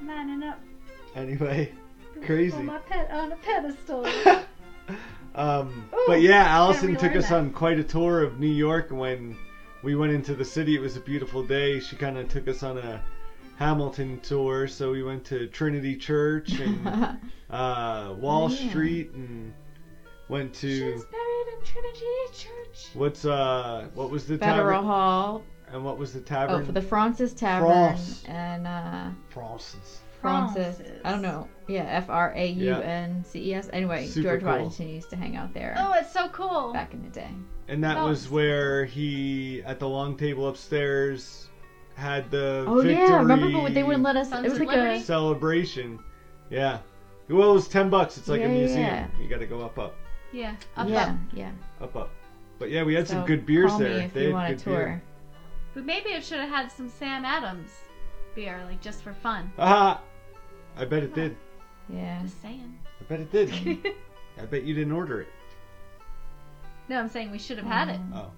D: Mining up,
E: Anyway,
D: put
E: crazy.
D: my pet on a pedestal.
E: Um,
D: Ooh,
E: but yeah, Allison
D: gotta
E: took
D: relearn
E: us
D: that.
E: on quite a tour of New York when we went into the city. It was a beautiful day. She kind of took us on a Hamilton tour. So we went to Trinity Church and uh, Wall
F: Yeah.
E: Street and went to
D: She's buried in Trinity Church.
E: what's uh what was the
F: Federal
E: tavern
F: Hall.
E: and what was the
F: Oh,
E: tavern?
F: for the Francis Tavern
E: France.
F: and uh,
E: Francis.
F: Francis. I don't
D: Francis.
F: know. Yeah, F R A U N C E S. Anyway,
E: Super
F: George
E: cool.
F: Washington used to hang out there
D: Oh, it's so cool.
F: back in the day.
E: And that
D: Oh.
E: was where he at the long table upstairs had the
F: Oh yeah, remember? But they
E: victory-
F: wouldn't let us.
D: Sons
F: It was
D: of
F: like a
D: Liberty?
E: celebration. Yeah. Well, it was ten bucks. It's like
F: Yeah,
E: a museum.
F: yeah.
E: You got to go up, up,
D: Yeah, up,
F: yeah,
D: up.
F: yeah.
E: up, up. But yeah, we had
F: So
E: some good beers
F: call
E: there.
F: Me if
E: They
F: you
E: had
F: want a
E: good
F: tour.
E: beer.
D: But maybe it should have had some Sam Adams beer, like just for fun.
E: Aha! I bet it did.
F: Yeah.
D: Just saying.
E: I bet it did. I bet you didn't order it.
D: no, I'm saying we should have had it.
E: Oh.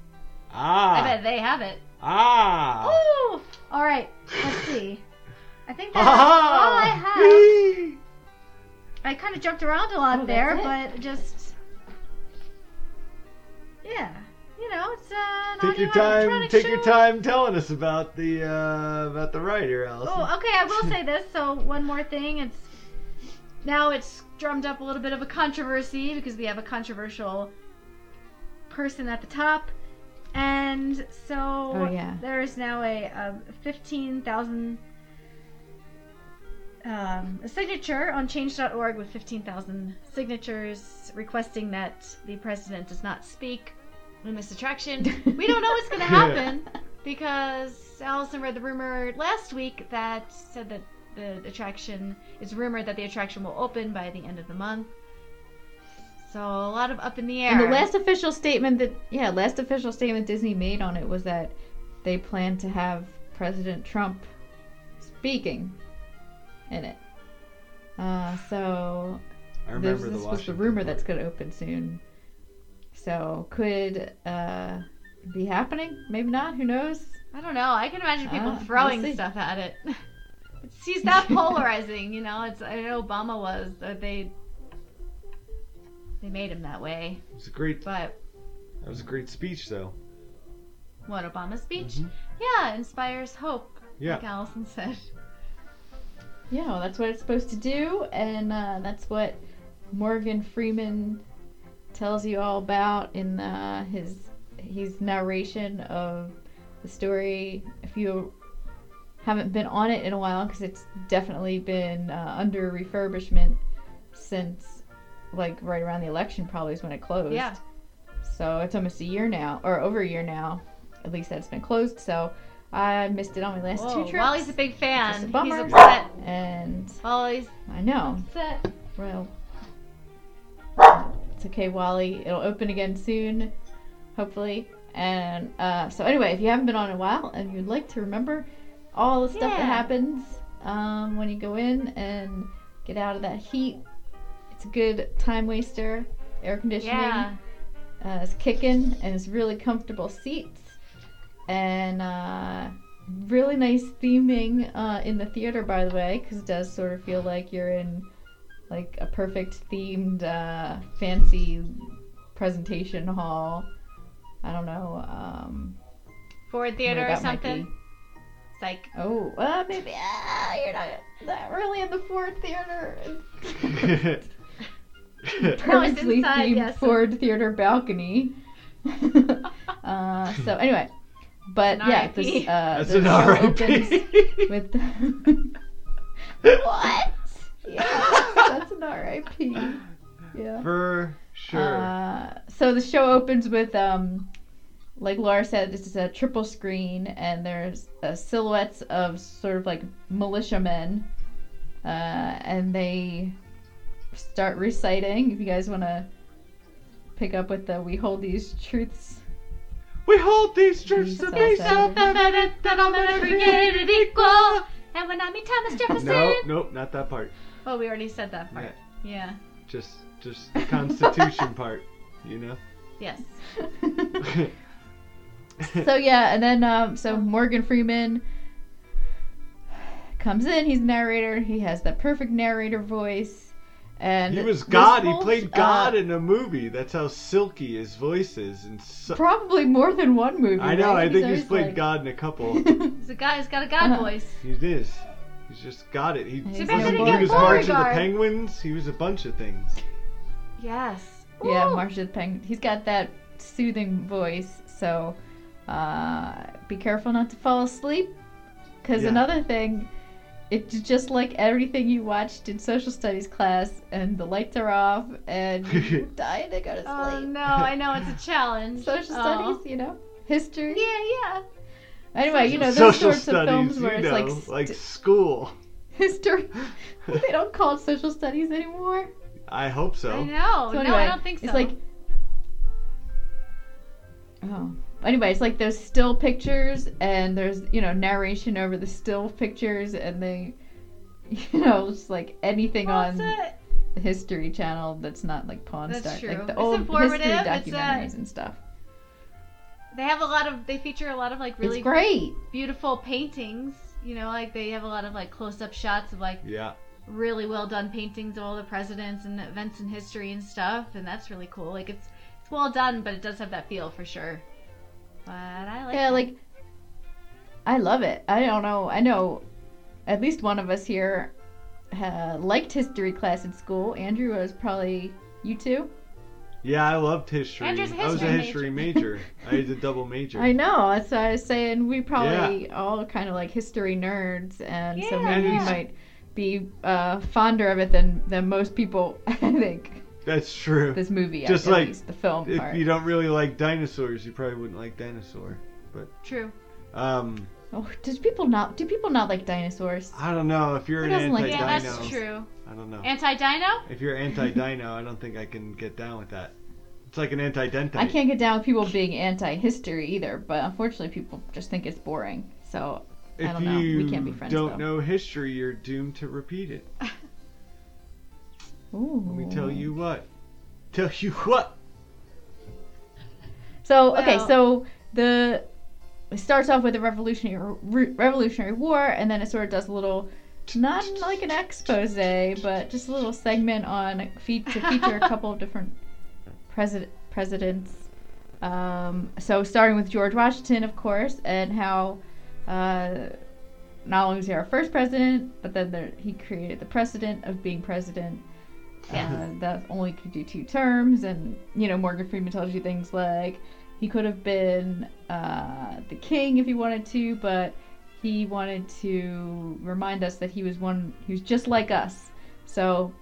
D: I
E: Ah.
D: bet they have it.
E: Ah.
F: Oh,
D: Ooh! All right, let's see. I think
E: Ha
D: that's
E: ha
D: all I
E: ha.
D: have.
E: Whee!
D: I kind of jumped around a lot
F: Oh, that's
D: there,
F: it?
D: but just yeah, you know, it's uh, an
E: Take your
D: audio
E: time.
D: electronic
E: Take your
D: show.
E: time telling us about the uh, about the writer, Allison.
D: Oh, okay. I will say this. So one more thing. It's now it's drummed up a little bit of a controversy because we have a controversial person at the top, and so
F: Oh, yeah.
D: there is now a, um fifteen thousand um, a signature on Change.org with fifteen thousand signatures requesting that the
E: Uh,
D: president does not speak in this attraction. we don't know what's going to happen because Yes, Allison read the rumor last week that said that the attraction is rumored that the attraction will open by the end of the month. So a lot of up in the air.
F: And the last official statement that yeah, last official statement Disney made on it was that they plan to have President Trump speaking in it. Uh, so
E: I
F: there's this
E: remember the
F: was the
E: Washington
F: rumor
E: part.
F: that's going to open soon. So could uh, be happening? Maybe not. Who knows?
D: I don't know. I can imagine people
F: Ah, we'll
D: throwing
F: see.
D: stuff at it. It's- She's that polarizing, you know. It's I know Obama was. uh, They they made him that way,
E: It was a great.
D: but
E: That was a great speech, though.
D: what Obama's speech?
F: Mm-hmm.
D: Yeah, inspires hope.
E: Yeah.
D: like Allison said.
F: Yeah, well, that's what it's supposed to do, and uh, that's what Morgan Freeman tells you all about in uh, his his narration of the story. If you haven't been on it in a while, because it's definitely been uh, under refurbishment since like right around the election, probably is when it closed.
D: Yeah.
F: So it's almost a year now, or over a year now, at least that's been closed. So I missed it on my last
D: Whoa,
F: two trips.
D: Wally's a big
F: Just a
D: fan. He's
F: bummer.
D: upset.
F: and
D: Wally's
F: I know.
D: upset.
F: Well, it's okay, Wally. It'll open again soon, hopefully. And uh, so, anyway, if you haven't been on in a while and you'd like to remember all the stuff
D: Yeah.
F: that happens um, when you go in and get out of that heat, it's a good time waster. Air conditioning
D: Yeah,
F: uh, is kicking and it's really comfortable seats and uh, really nice theming uh, in the theater by the way because it does sort of feel like you're in like a perfect themed uh, fancy presentation hall i don't know um
D: Ford
F: where
D: Theater or
F: that might be.
D: something. It's like
F: oh uh, maybe ah, you're not, not really in the ford theater
D: No, it's
F: purposely
D: inside,
F: themed
D: yes.
F: Ford Theater balcony. uh, so anyway, but
D: An
F: yeah,
D: RIP.
F: this, uh,
E: That's
F: the
E: an
F: show
E: RIP.
F: opens with what? Yeah, that's an RIP. Yeah.
E: For sure.
F: Uh, so the show opens with um like Laura said this is a triple screen and there's uh, silhouettes of sort of like militiamen uh, and they start reciting if you guys want to pick up with the we hold these truths
E: we hold these truths to
F: Jesus,
E: be
F: Elsa.
E: so.
D: that all men are created equal, and when I meet Thomas Jefferson.
E: No, nope, not that part.
D: Oh, we already said that part.
E: Yeah,
D: Yeah.
E: just, just the Constitution part. You know.
D: Yes.
F: so yeah, and then um, so Morgan Freeman comes in. He's narrator. He has that perfect narrator voice. And
E: He was
F: this
E: God. He
F: whole-
E: played God
F: uh,
E: in a movie. That's how silky his voice is. And so-
F: probably more than one movie.
E: I know.
F: right?
E: I think he's
F: always,
E: played
F: like-
E: God in a couple.
D: The guy's got a God
F: Uh-huh.
D: voice.
E: he is. He's just got it. He,
F: He's
E: he was,
F: better than
E: he
F: Beauregard.
E: was March of the Penguins. He was a bunch of things.
D: Yes.
F: yeah,
D: Ooh.
F: Marsha the Penguin. He's got that soothing voice. So uh, be careful not to fall asleep. Because
E: Yeah.
F: another thing, it's just like everything you watched in social studies class, and the lights are off, and you're dying to go to sleep.
D: Oh no, I know it's a challenge.
F: social
D: Oh.
F: studies, you know, history.
D: Yeah, yeah.
F: Anyway, Uh, you know those
E: Social
F: sorts
E: studies,
F: of films where
E: you
F: it's
E: know,
F: like,
E: like,
F: st-
E: school.
F: history. they don't call it social studies anymore.
E: I hope so.
D: I know.
F: So
D: Oh, no, I
F: anyway,
D: don't think so.
F: It's like oh, anyway, it's like there's still pictures and there's you know narration over the still pictures and they, you know, just like anything
D: Well, it's
F: on
D: a-
F: the History Channel that's not like Pawn
D: That's
F: Stars,
D: true.
F: like the
D: It's
F: old history
D: informative, it's, uh,
F: documentaries and stuff.
D: they have a lot of they feature a lot of like really
F: it's great.
D: beautiful paintings. You know, like they have a lot of like close up shots of like
E: Yeah.
D: really well done paintings of all the presidents and events in history and stuff, and that's really cool. Like it's it's well done, but it does have that feel for sure. But I like
F: yeah,
D: that.
F: like I love it. I don't know. I know at least one of us here uh, liked history class in school. Andrew was probably you too.
E: Yeah, I loved history.
D: Andrew's
E: I was a
D: history
E: history major. I was a double major.
F: I know. That's what I was saying. We probably all kind of like history nerds, and so
D: Yeah.
F: maybe we
E: And-
F: might be uh, fonder of it than than most people. I think
E: That's true.
F: this movie, at-
E: Just
F: at,
E: like,
F: least the film
E: if
F: part.
E: you don't really like dinosaurs, you probably wouldn't like dinosaur.
D: True.
E: Um,
F: Oh, did people not? Do people not like dinosaurs?
E: I don't know if you're
F: Who
E: an
F: doesn't like
E: anti-dino.
D: Yeah, that's true.
E: I don't know.
D: Anti-dino?
E: if you're anti-dino, I don't think I can get down with that. It's like an anti-dentite.
F: I can't get down with people being anti-history either, but unfortunately, people just think it's boring. So
E: If
F: I don't know.
E: you
F: We can't be friends.
E: don't
F: though.
E: know history, you're doomed to repeat it.
F: Ooh.
E: Let me tell you what. Tell you what.
F: So okay,
D: Well-
F: so the it starts off with the revolutionary Re- Revolutionary War, and then it sort of does a little, not like an expose, but just a little segment on feed to feature a couple of different president presidents. Um, so starting with George Washington, of course, and how uh, not only was he our first president, but then there, he created the precedent of being president uh, that only could do two terms, and you know Morgan Freeman tells you things like he could have been uh, the king if he wanted to, but he wanted to remind us that he was one. He was just like us, so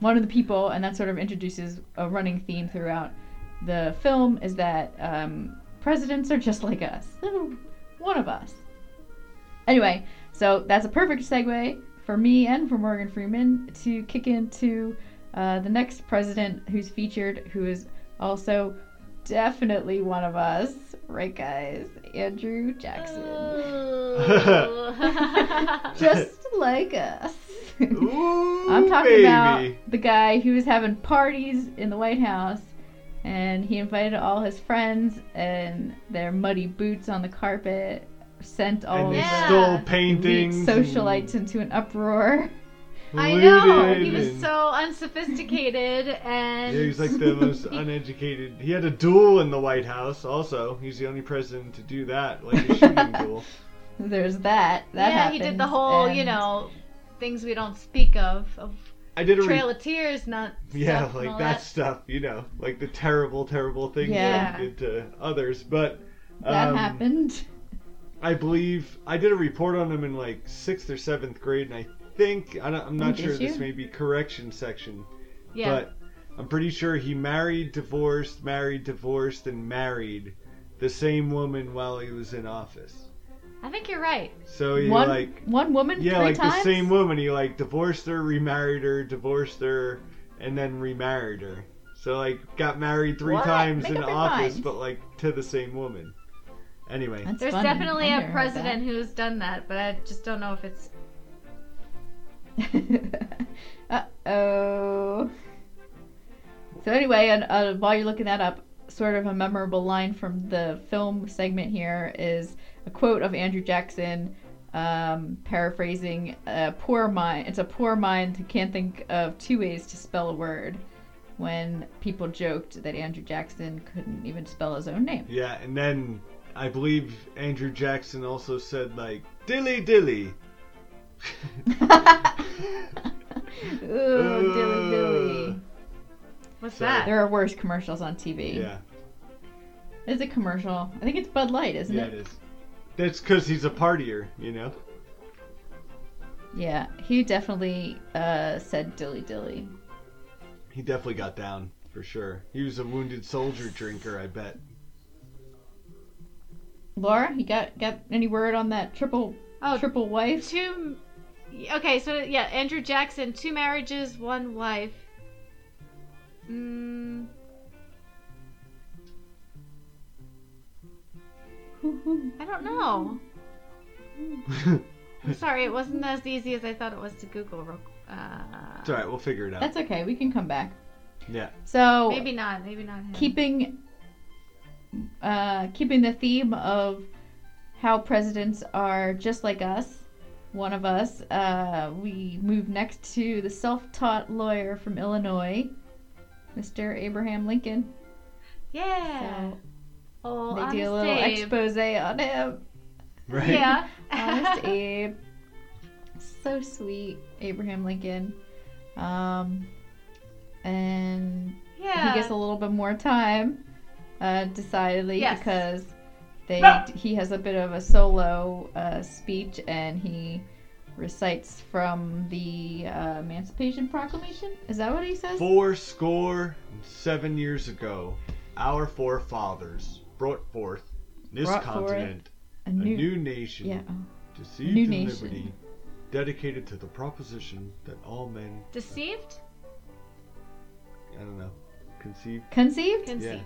F: one of the people, and that sort of introduces a running theme throughout the film is that um, presidents are just like us, They're one of us. Anyway, so that's a perfect segue for me and for Morgan Freeman to kick into uh, the next president who's featured, who is also definitely one of us, right, guys? Andrew
D: Uh,
F: Jackson. Just like us.
E: Ooh,
F: I'm talking
E: baby.
F: about the guy who was having parties in the White House, and he invited all his friends, and their muddy boots on the carpet sent all
E: And
F: of
E: they
D: Oh, Yeah.
E: stole
F: the weak
E: paintings.
F: socialites into an uproar.
E: and
D: I know.
E: looted
D: He was
E: and-
D: so unsophisticated and
E: Yeah, he's like the most uneducated. He had a duel in the White House. Also, he's the only president to do that, like a shooting duel.
F: There's that. That
D: yeah, he did the
F: happens,
D: whole, you
F: and-
D: know, things we don't speak of, of
E: I did a re-
D: Trail of Tears, not
E: yeah,
D: stuff and
E: like
D: all
E: that stuff. You know, like the terrible, terrible things
F: Yeah.
E: that he did to others. But
F: That
E: um,
F: happened.
E: I believe I did a report on him in like sixth or seventh grade, and I think I don't, I'm
D: Oh,
E: not
F: did
E: sure. This
F: you?
E: may be correction section,
D: Yeah,
E: but I'm pretty sure he married, divorced, married, divorced, and married the same woman while he was in office.
D: I think you're right.
E: So he
F: One
E: like
F: one woman
E: yeah,
F: three
E: like
F: times.
E: the same woman. He like divorced her, remarried her, divorced her, and then remarried her. So like got married three
F: What?
E: times
F: Make
E: in
F: up your
E: office,
F: mind.
E: but like to the same woman. Anyway,
F: That's
D: There's
F: funny.
D: definitely
F: I
D: a
F: never heard that.
D: president who's done that, but I just don't know if it's.
F: uh oh. So anyway, and uh, while you're looking that up, sort of a memorable line from the film segment here is a quote of Andrew Jackson, um, paraphrasing a poor mind. It's a poor mind who can't think of two ways to spell a word. When people joked that Andrew Jackson couldn't even spell his own name.
E: yeah, and then I believe Andrew Jackson also said like dilly dilly.
F: Ooh, dilly dilly.
D: What's
E: So-
D: that?
F: There are worse commercials on TV.
E: Yeah,
F: It's a commercial. I think it's Bud Light, isn't
E: yeah,
F: it?
E: it is. That's because he's a partier, you know.
F: Yeah. He definitely uh, said dilly dilly.
E: He definitely got down for sure. He was a wounded soldier drinker, I bet.
F: Laura, you got got any word on that triple
D: Oh,
F: triple wife?
D: two. Okay, so yeah, Andrew Jackson, two marriages, one wife. Mm, I don't know. I'm sorry, it wasn't as easy as I thought it was to Google. real- Uh,
E: It's all right. We'll figure it out.
F: That's okay. We can come back.
E: Yeah.
F: So
D: maybe not. Maybe not. Him.
F: keeping uh, keeping the theme of how presidents are just like us, one of us. Uh, we move next to the self-taught lawyer from Illinois, Mr. Abraham Lincoln.
D: Yeah.
F: So
D: oh,
F: they do a little
D: honest Abe.
F: expose on him.
E: Right.
D: Yeah.
F: Honest Abe. So sweet, Abraham Lincoln. Um, and
D: yeah.
F: he gets a little bit more time, uh, decidedly,
D: Yes.
F: because they he has a bit of a solo uh, speech and he recites from the uh, Emancipation Proclamation. Is that what he says?
E: Four score and seven years ago, our forefathers brought forth this
F: Brought forth.
E: continent
F: a
E: A
F: new,
E: new nation
F: yeah oh.
E: deceived
F: new
E: in
F: nation.
E: liberty, dedicated to the proposition that all men,
D: Deceived?
E: I don't know, conceived.
F: conceived.
D: Conceived.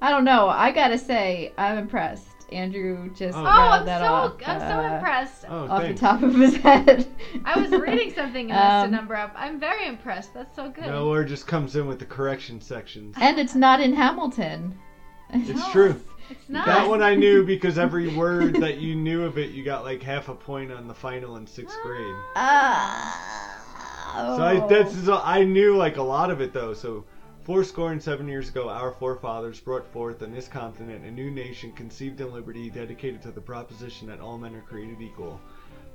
F: I don't know. I gotta say, I'm impressed. Andrew just
E: Oh.
D: Oh,
F: rattled
D: I'm
F: that
D: so
F: off,
D: I'm so
F: uh,
D: impressed.
E: Oh,
F: off
E: thanks.
F: the top of his head.
D: I was reading something and messed
F: Um,
D: a number up. I'm very impressed. That's so good.
E: No, or just comes in with the correction sections.
F: and it's not in Hamilton.
E: It's true.
D: it's not.
E: That one I knew because every word that you knew of it, you got like half a point on the final in sixth grade.
F: Uh, Ah.
E: So I, that's is all, I knew like a lot of it though. So four score and seven years ago, our forefathers brought forth on this continent a new nation conceived in liberty, dedicated to the proposition that all men are created equal.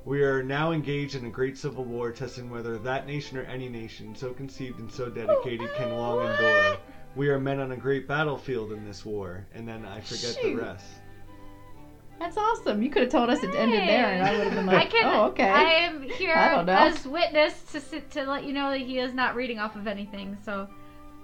E: We are now engaged in a great civil war, testing whether that nation or any nation so conceived and so dedicated can
F: Oh,
E: long endure. We are men on a great battlefield in this war, and then I forget the
F: Shoot.
E: rest.
F: That's awesome. You could have told us it ended there, and I would have been like,
D: I can,
F: "Oh, okay."
D: I am here
F: I don't know.
D: as witness to sit, to let you know that he is not reading off of anything. So,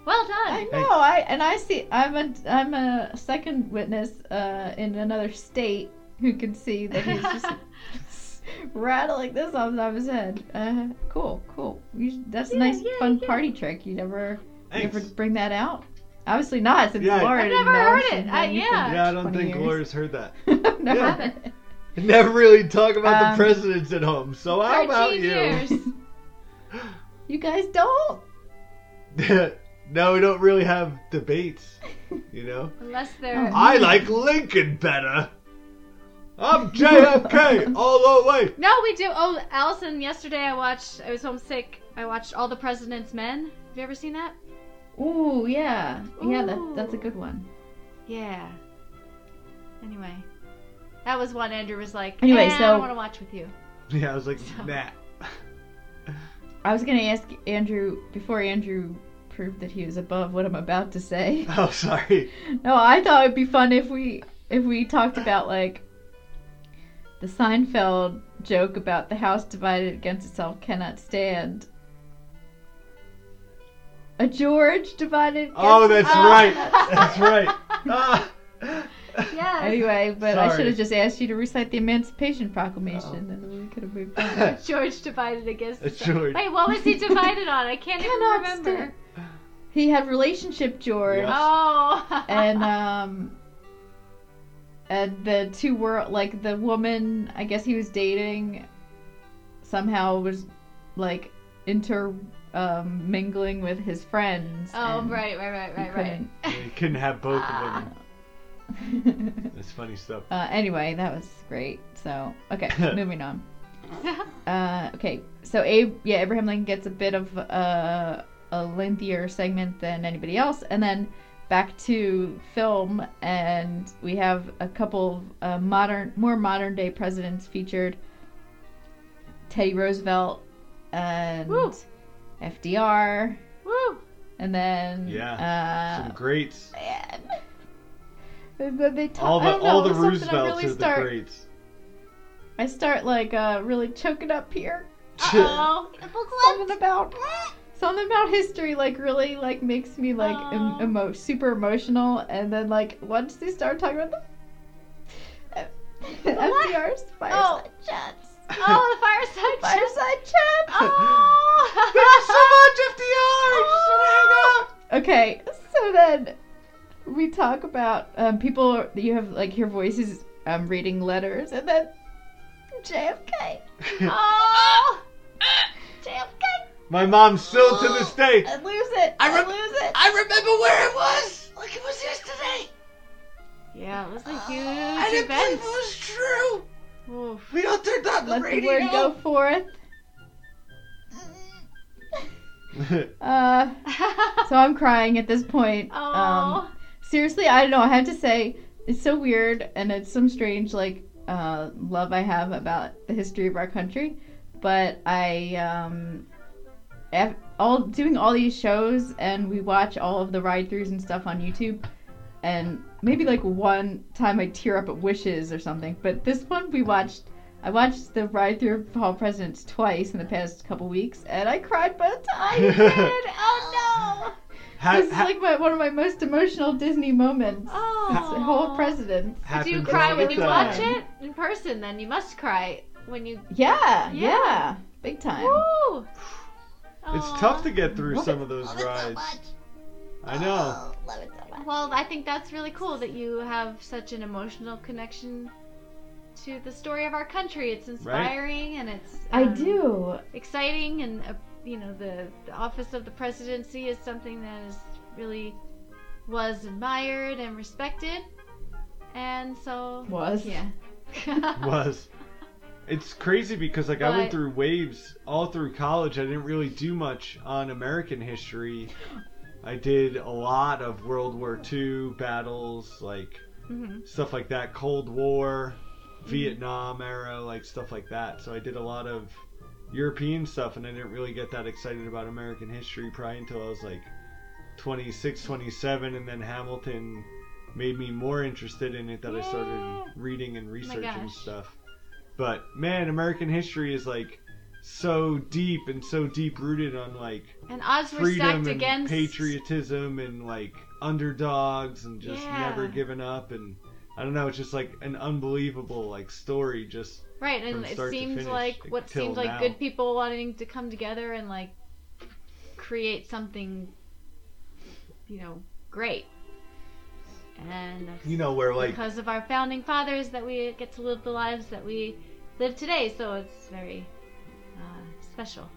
D: well
F: I
D: done.
F: know. I and I see. I'm a I'm a second witness uh, in another state who can see that he's just rattling this off the top of his head. Uh, cool, cool. You, sh- that's a
D: Yeah,
F: nice,
D: yeah,
F: fun
D: yeah.
F: party trick. You never you
E: Thanks.
F: ever bring that out? Obviously not, since
E: Yeah, I-
F: Laura
D: I've
F: didn't
D: never
F: know
D: heard
F: she's
D: it.
F: known
D: I-
F: you for
D: yeah.
E: Yeah, I don't
F: 20
E: think
F: years.
E: Laura has heard that.
F: never
E: Yeah.
F: heard it.
E: Never really talk about
F: Um,
E: the presidents at home. So how about
D: 13
E: you?
D: years.
F: You guys don't.
E: no, we don't really have debates, you know?
D: Unless they're.
F: Oh,
E: I like Lincoln better. I'm JFK all the way.
D: No, we do. Oh, Allison, yesterday I watched, I was homesick. I watched All the President's Men. Have you ever seen that?
F: Ooh, yeah, yeah. That, that's a
D: Ooh.
F: good one.
D: Yeah. Anyway. That was one Andrew was like,
F: Anyway,
D: eh, I
F: so-
D: don't want to watch with you.
E: Yeah, I was like,
D: So-
E: nah.
F: I was gonna ask Andrew before Andrew proved that he was above what I'm about to say.
E: Oh, sorry.
F: No, I thought it'd be fun if we if we talked about like the Seinfeld joke about the house divided against itself cannot stand. A George divided. Against
E: Oh, that's
F: itself
E: right.
F: cannot
E: That's right. Ah.
D: Yeah.
F: Anyway, but I
E: Sorry.
F: should have just asked you to recite the Emancipation Proclamation, and we could have moved on.
D: George divided against.
E: It's George.
D: Wait, what was he divided on? I can't even
F: Cannot
D: remember.
F: stand- He had relationship George,
E: Yeah.
D: Oh.
F: and um, and the two were like the woman I guess he was dating, somehow was like inter um, mingling with his friends.
D: oh,
F: and
D: right, right, right,
F: he
D: right, right.
F: couldn't.
E: You couldn't have both of
F: Ah.
E: them. That's funny stuff.
F: uh, anyway, that was great. So okay, moving on. Uh, okay, so Abe, yeah, Abraham Lincoln gets a bit of uh, a lengthier segment than anybody else, and then back to film, and we have a couple of uh, modern, more modern day presidents featured: Teddy Roosevelt and
D: Woo.
F: FDR,
D: Woo.
F: and then
E: Yeah,
F: uh,
E: Some greats.
F: man. And then they talk,
E: All
F: I
E: the
F: don't know,
E: all
F: it
E: the
F: was something I
E: Roosevelts
F: really
E: are the
F: start,
E: greats.
F: I start like uh, really choking up here.
D: Oh.
F: something about something about history like really like makes me like em-
D: Aw.
F: emo- super emotional and then like once they start talking about the FDR's fireside chats
D: Oh, the fireside chat.
F: fireside chats
D: Oh.
F: okay so then we talk about um, people you have like hear voices um, reading letters and then JFK
D: Oh.
F: JFK
E: My mom still to this day.
F: and lose it I, lose it
C: I remember where it was. Like it was yesterday.
D: Yeah, it was
F: Oh.
D: a
C: I
D: huge
C: didn't believe
D: event.
C: it was true.
D: Oof.
C: We don't turn down the
F: let the
C: radio.
F: word go forth uh So I'm crying at this point.
D: oh.
F: Um, seriously, I don't know. I have to say, it's so weird and it's some strange, like, uh, love I have about the history of our country. But I, um, af- all doing all these shows and we watch all of the ride throughs and stuff on YouTube. And maybe like one time I tear up at wishes or something. But this one we watched. I watched the ride through of Hall Presidents twice in the past couple weeks, and I cried both times.
D: oh
E: Ha-
F: this is
E: ha-
F: like my, one of my most emotional Disney moments. It's the
D: Oh,
F: whole presidents.
D: Do you
E: happens
D: cry
E: all
D: when
E: the
D: you watch
E: time.
D: it in person? Then you must cry when you.
F: Yeah, yeah,
D: Yeah.
F: big time.
D: Woo!
E: It's tough to get through
F: Love
E: some
F: it.
E: of
D: Oh,
E: those rides. I know.
C: Oh,
D: Well, I think that's really cool that you have such an emotional connection to the story of our country. It's inspiring and it's
F: I
D: um,
F: do.
D: exciting and uh, you know the, the office of the presidency is something that is really was admired and respected. And so
F: Was
D: yeah.
E: Was. It's crazy because like I went
D: But-
E: through waves all through college. I didn't really do much on American history. I did a lot of World War II battles, like
D: Mhm.
E: stuff like that, Cold War, Vietnam era, like stuff like that. So I did a lot of European stuff and I didn't really get that excited about American history probably until I was like 26, 27 and then Hamilton made me more interested in it that I
D: Yeah.
E: started reading and researching
D: gosh.
E: stuff. But man, American history is like so deep and so deep rooted on like
D: And odds were
E: freedom
D: stacked
E: and
D: against
E: patriotism and like underdogs and just
D: Yeah.
E: never giving up and I don't know, it's just like an unbelievable like story just
D: Right,
E: from
D: and it
E: start to
D: seemed
E: finish,
D: like
E: like,
D: what
E: till
D: seemed like
E: now.
D: good people wanting to come together and like create something, you know, great. And
E: you know where like
D: because of our founding fathers, that we get to live the lives that we live today, so it's very uh, special.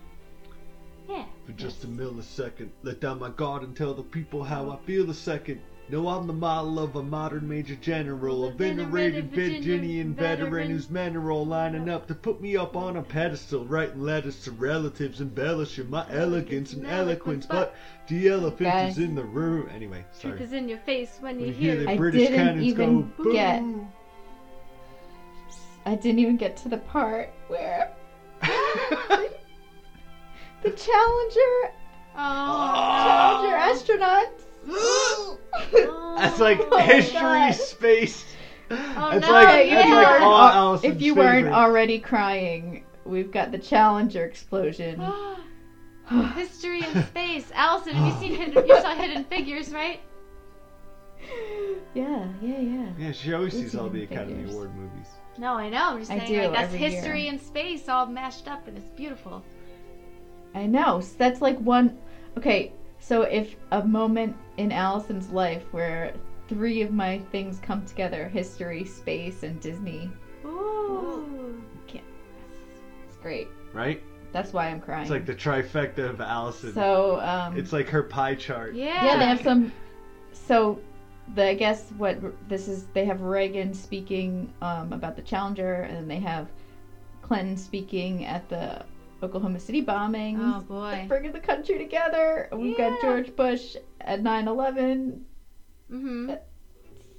D: Yeah.
E: for just a millisecond, let down my guard and tell the people how I feel a second. No, I'm the model of a modern major general, a
D: A venerated
E: venerated Virginian
D: Virginian
E: veteran
D: veteran.
E: whose men are all lining up to put me up on a pedestal, writing letters to relatives, embellishing my elegance and eloquence. But the elephant is
F: Guys.
E: in the room. Anyway,
D: Truth
E: sorry.
D: is in your face when you
E: We
D: hear
E: hear the
F: I
E: British
F: didn't
E: cannons go
F: even
E: boom.
F: get- I didn't even get to the part where the Challenger, Challenger astronauts.
D: Oh.
E: That's like
F: Oh,
E: history,
F: God. Oh,
E: space. that's
D: no,
E: like
D: you
E: that's like
D: weren't-
E: all Allison's
F: if you weren't
E: favorites.
F: already crying, we've got the Challenger explosion.
D: History in space. Allison, have you seen hidden, you saw Hidden Figures, right?
F: yeah, yeah, yeah.
E: Yeah, she always
F: We've
E: sees all the
F: seen
E: Academy
F: figures.
E: Award movies.
D: No, I know. I'm just
F: I
D: saying,
F: do,
D: like, that's
F: every year.
D: history in space all mashed up, and it's beautiful.
F: I know. So that's like one. Okay, so if a moment in Allison's life where three of my things come together history, space, and Disney
D: Ooh.
F: it's great.
E: Right?
F: That's why I'm crying.
E: It's like the trifecta of Allison.
F: so, um.
E: It's like her pie chart.
D: Yeah.
F: yeah, they have some. So, the I guess what r- this is, they have Reagan speaking um, about the Challenger, and they have Clinton speaking at the Oklahoma City bombings.
D: Oh, boy.
F: Bringing the country together. We've
D: Yeah.
F: got George Bush at 9 11.
D: Mm-hmm.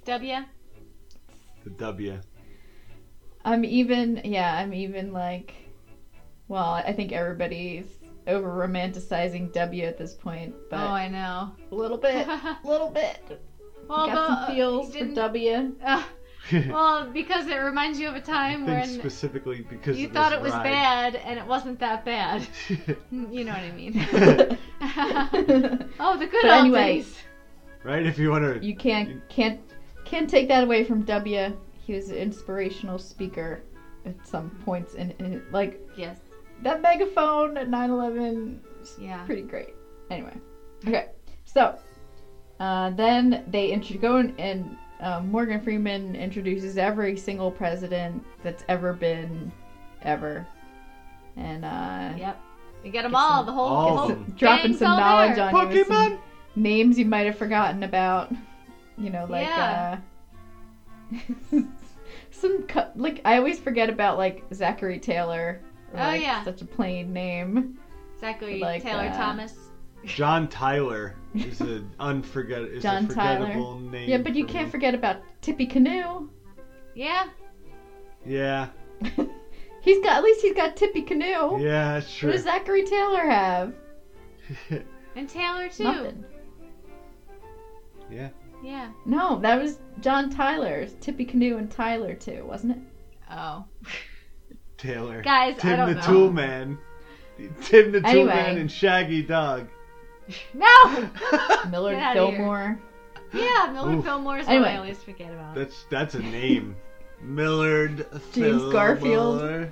D: W.
E: The W.
F: I'm even, yeah, I'm even like, well, I think everybody's over romanticizing W at this point,
D: Oh,
F: but
D: I know.
F: a little bit, a little bit.
D: Well,
F: got
D: but, uh,
F: some feels
D: you
F: for
D: didn't-
F: W.
D: uh, well, because it reminds you of a time
E: I think
D: when
E: specifically because
D: you
E: of
D: thought
E: this
D: it was
E: ride.
D: bad and it wasn't that bad. you know what I mean. oh, the good
F: But
D: old
F: anyway.
D: days.
E: right? If you want to.
F: you can't, can't, can't take that away from W. He was an inspirational speaker at some points, and, and like
D: Yes.
F: that megaphone at 9 11
D: Yeah.
F: pretty great. Anyway, okay, so uh, then they intro- go and, and uh, Morgan Freeman introduces every single president that's ever been, ever, and uh,
D: Yep. You get them
F: Get
D: all.
F: some-
D: the whole,
E: all
D: whole
E: of 'em.
F: dropping
D: gang's
F: some
D: all
F: knowledge
D: there.
F: on you, with some
E: Pokemon!
F: names you might have forgotten about, you know, like
D: Yeah.
F: uh, some cu- like I always forget about like Zachary Taylor. or,
D: Oh,
F: like,
D: yeah.
F: such a plain name.
D: Zachary
F: Like,
D: Taylor
F: uh,
D: Thomas.
E: John Tyler is an unforget- is
F: John
E: a
F: Tyler.
E: forgettable name.
F: Yeah, but you
E: for
F: can't
E: me.
F: forget about Tippy Canoe.
D: Yeah.
E: Yeah,
F: He's got at least he's got Tippy Canoe.
E: yeah, that's
F: What
E: true.
F: does Zachary Taylor have?
D: And Taylor, too.
F: Nothing.
E: yeah.
D: Yeah.
F: No, that was John Tyler's Tippy Canoe and Tyler too, wasn't it?
D: Oh.
E: Taylor.
D: Guys, I
E: Tim
D: don't
E: the
D: know.
E: Tool Man. Tim the Tool
F: Anyway.
E: Man and Shaggy Dog.
D: No!
F: Millard
D: Get outta here.
F: Fillmore.
D: Yeah, Millard
E: Oof.
D: Fillmore is what
F: Anyway.
D: I always forget about.
E: That's that's a name. Millard
F: James Garfield.
E: Fillmore.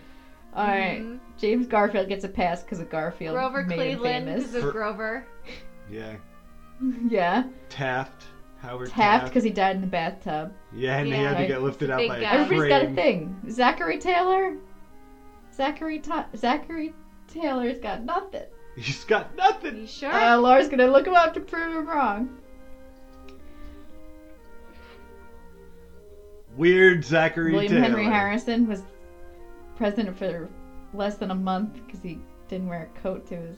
F: All right.
D: Mhm.
F: James Garfield gets a pass because of Garfield.
D: Grover
F: made him
D: Cleveland
F: famous.
D: is a
E: For-
D: Grover.
E: Yeah,
F: yeah.
E: Taft. Howard
F: Taft
E: Taft.
F: because he died in the bathtub.
E: yeah, and he
D: Yeah.
E: had to get lifted out
D: Big
E: by
D: guy.
E: a
F: Everybody's
E: crane.
F: got a thing. Zachary Taylor. Zachary Ta- Zachary Taylor's got nothing.
E: He's got nothing.
D: You sure?
F: Uh, Laura's gonna look him up to prove him wrong.
E: Weird Zachary
F: William
E: Taylor.
F: Henry Harrison was president for less than a month because he didn't wear a coat to his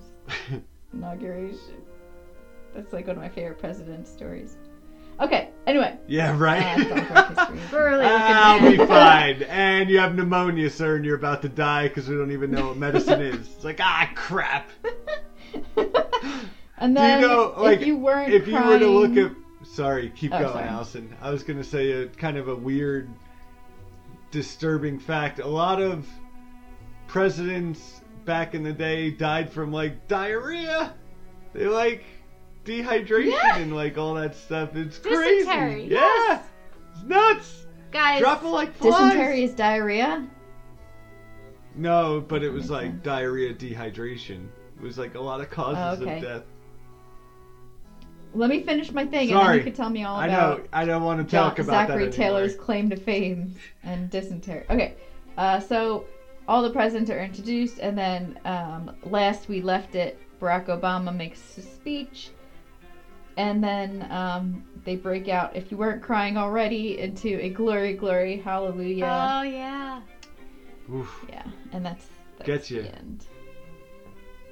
F: inauguration. That's like one of my favorite president stories. Okay. Anyway.
E: Yeah,
F: Uh, it's all
E: right.
F: for history.
D: Burly looking
E: I'll
F: uh,
D: man.
E: be fine. And you have pneumonia, sir, and you're about to die because we don't even know what medicine is. It's like, ah, crap.
F: and
E: Do you
F: then
E: know, like,
F: if you weren't
E: if you were to look
F: crying-
E: at. Sorry, keep
F: Oh,
E: going,
F: sorry.
E: Allison. I was going to say a kind of a weird, disturbing fact. A lot of presidents back in the day died from, like, diarrhea. They, like, dehydration
D: Yeah.
E: and, like, all that stuff. It's crazy.
D: Dysentery,
E: Yeah.
D: yes.
E: It's nuts.
D: Guys,
E: Drop it like flies.
F: dysentery is diarrhea.
E: No, but it was
F: Makes
E: like
F: sense.
E: diarrhea, dehydration. It was like a lot of causes
F: Oh, okay.
E: of death.
F: Let me finish my thing, and then
E: Sorry.
F: you can tell me all
E: I
F: about
E: know. I don't want to
F: Jo-
E: talk about
F: Zachary
E: that anymore.
F: Taylor's claim to fame and dysentery. Okay, uh, so all the presidents are introduced, and then um, last we left it, Barack Obama makes a speech, and then um, they break out. If you weren't crying already, into a glory, glory, hallelujah.
D: Oh yeah.
E: Oof,
F: yeah, and that's, that's
E: Gets ya.
F: the end.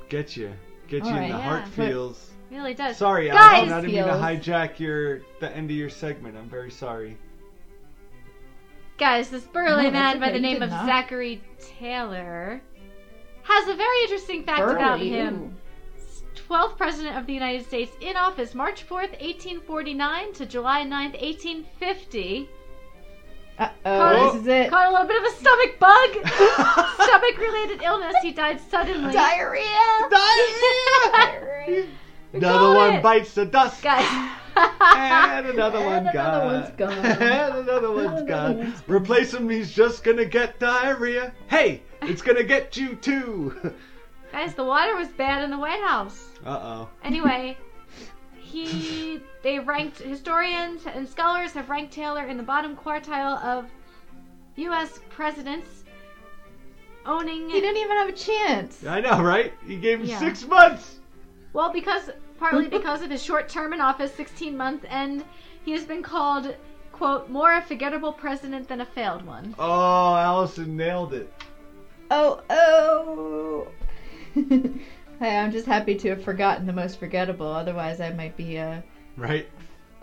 E: get you, get you
F: Alright.
E: in the
D: Yeah.
E: heart feels.
D: Really does.
E: Sorry,
D: Guys,
E: Alvin, I didn't mean to
F: feels.
E: hijack your the end of your segment. I'm very sorry.
D: Guys, this burly
F: No, that's
D: man by
F: okay,
D: the
F: you
D: name
F: did
D: of
F: not.
D: Zachary Taylor has a very interesting fact about
F: Burly,
D: him.
F: ooh.
D: 12th President of the United States in office March 4th, 1849 to July 9th, 1850.
F: Uh-oh, this is it.
D: Caught a little bit of a stomach bug, stomach related illness. He died suddenly.
F: Diarrhea. Diarrhea.
D: We
E: another
D: called
E: one
D: it.
E: bites the dust.
D: Guys.
E: And another
F: And
E: one
F: another
E: gone.
F: one's gone.
E: and another one's
F: another
E: gone.
F: one's
E: Replace him. He's just gonna get diarrhea. Hey, it's gonna get you too.
D: Guys, the water was bad in the White House.
E: Uh oh.
D: Anyway, he they ranked historians and scholars have ranked Taylor in the bottom quartile of U.S. presidents owning
F: He didn't even have a chance.
E: I know, right? He gave him
D: Yeah.
E: six months.
D: well because partly
F: Mm-hmm.
D: because of his short term in office, 16 months, and he has been called quote more a forgettable president than a failed one.
E: Oh, Allison nailed it.
F: Oh, oh. hey, I'm just happy to have forgotten the most forgettable. Otherwise, I might be a,
E: Right?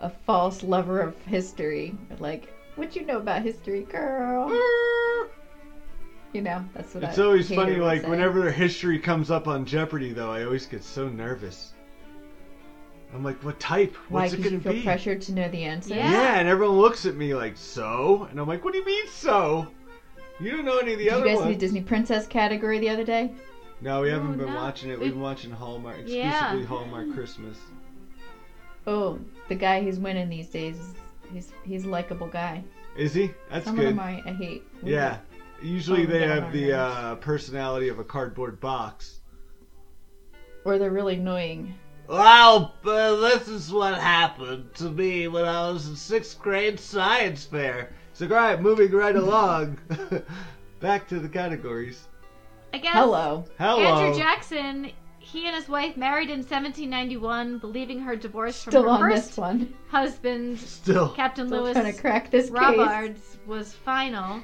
F: a false lover of history. Like, what you know about history, girl?
D: Mm.
F: You know, that's what I.
E: It's always
F: hater
E: funny,
F: would
E: like,
F: say.
E: whenever history comes up on Jeopardy, though, I always get so nervous. I'm like, what type?
F: Why
E: What's
F: could
E: it
F: you
E: going to
F: feel
E: be?
F: pressured to know the answer?
D: Yeah.
E: Yeah, and everyone looks at me like, so? And I'm like, what do you mean, so? You don't know any of the
F: Did you
E: other
F: guys
E: ones.
F: see Disney Princess category the other day?
E: No, we haven't
D: No,
E: been
D: no.
E: watching it.
D: We-
E: We've been watching Hallmark, exclusively
D: Yeah.
E: Hallmark Christmas.
F: Oh, the guy who's winning these days is he's he's a likable guy.
E: Is he? That's
F: Some of
E: good.
F: them I, I hate.
E: Yeah. Usually
F: Oh,
E: they
F: yeah,
E: have the
F: yeah.
E: uh, personality of a cardboard box.
F: Or they're really annoying.
E: Well, uh, this is what happened to me when I was in sixth grade science fair. It's like, all right, moving right along. Back to the categories.
D: I guess
F: Hello.
E: Hello.
D: Andrew Jackson, he and his wife married in 1791, believing her divorce from
F: Still
D: her
F: on
D: first
F: this one.
D: husband,
E: Still.
D: Captain
F: Still
D: Lewis
F: trying to crack this case.
D: Robards, was final.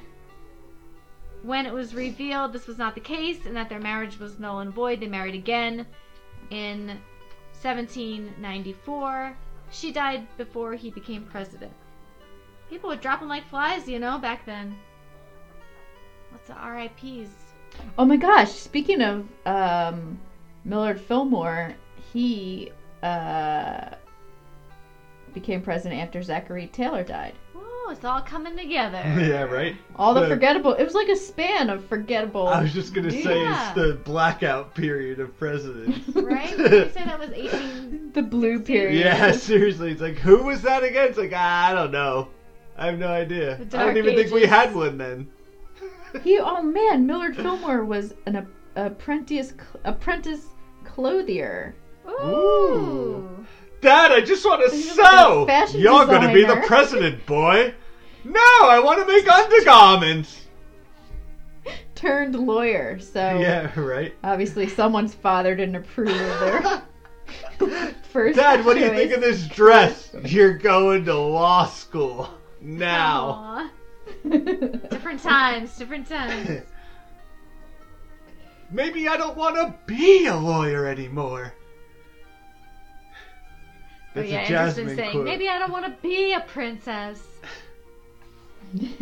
D: When it was revealed this was not the case and that their marriage was null and void, they married again in 1794. She died before he became president. People would drop him like flies, you know, back then. What's the RIPs?
F: Oh my gosh! Speaking of um, Millard Fillmore, he uh, became president after Zachary Taylor died.
D: What? oh, it's all coming together.
E: yeah, right.
F: All the forgettable. It was like a span of forgettable.
E: I was just gonna say
D: Yeah.
E: it's the blackout period of presidents.
D: right? Did you say that was 18?
F: the blue period.
E: yeah, seriously. It's like who was that against? Like ah, I don't know. I have no idea.
D: The
E: I
D: Dark
E: don't even think we
D: Ages.
E: had one then.
F: He. Oh man, Millard Fillmore was an ap- apprentice apprentice clothier.
D: Ooh.
E: Dad, I just want to
F: He's
E: sew.
F: a fashion
E: You're gonna be the
F: designer.
E: president, boy. No, I want to make undergarments.
F: Turned lawyer. So
E: Yeah, right.
F: obviously someone's father didn't approve of their first.
E: Dad, what do you
F: choice.
E: think of this dress? You're going to law school now.
D: Aw. Different times, different times.
E: Maybe I don't want to be a lawyer anymore.
D: Oh,
E: That's
D: yeah,
E: a
D: Anderson
E: Jasmine
D: saying,
E: quote.
D: maybe I don't want to be a princess.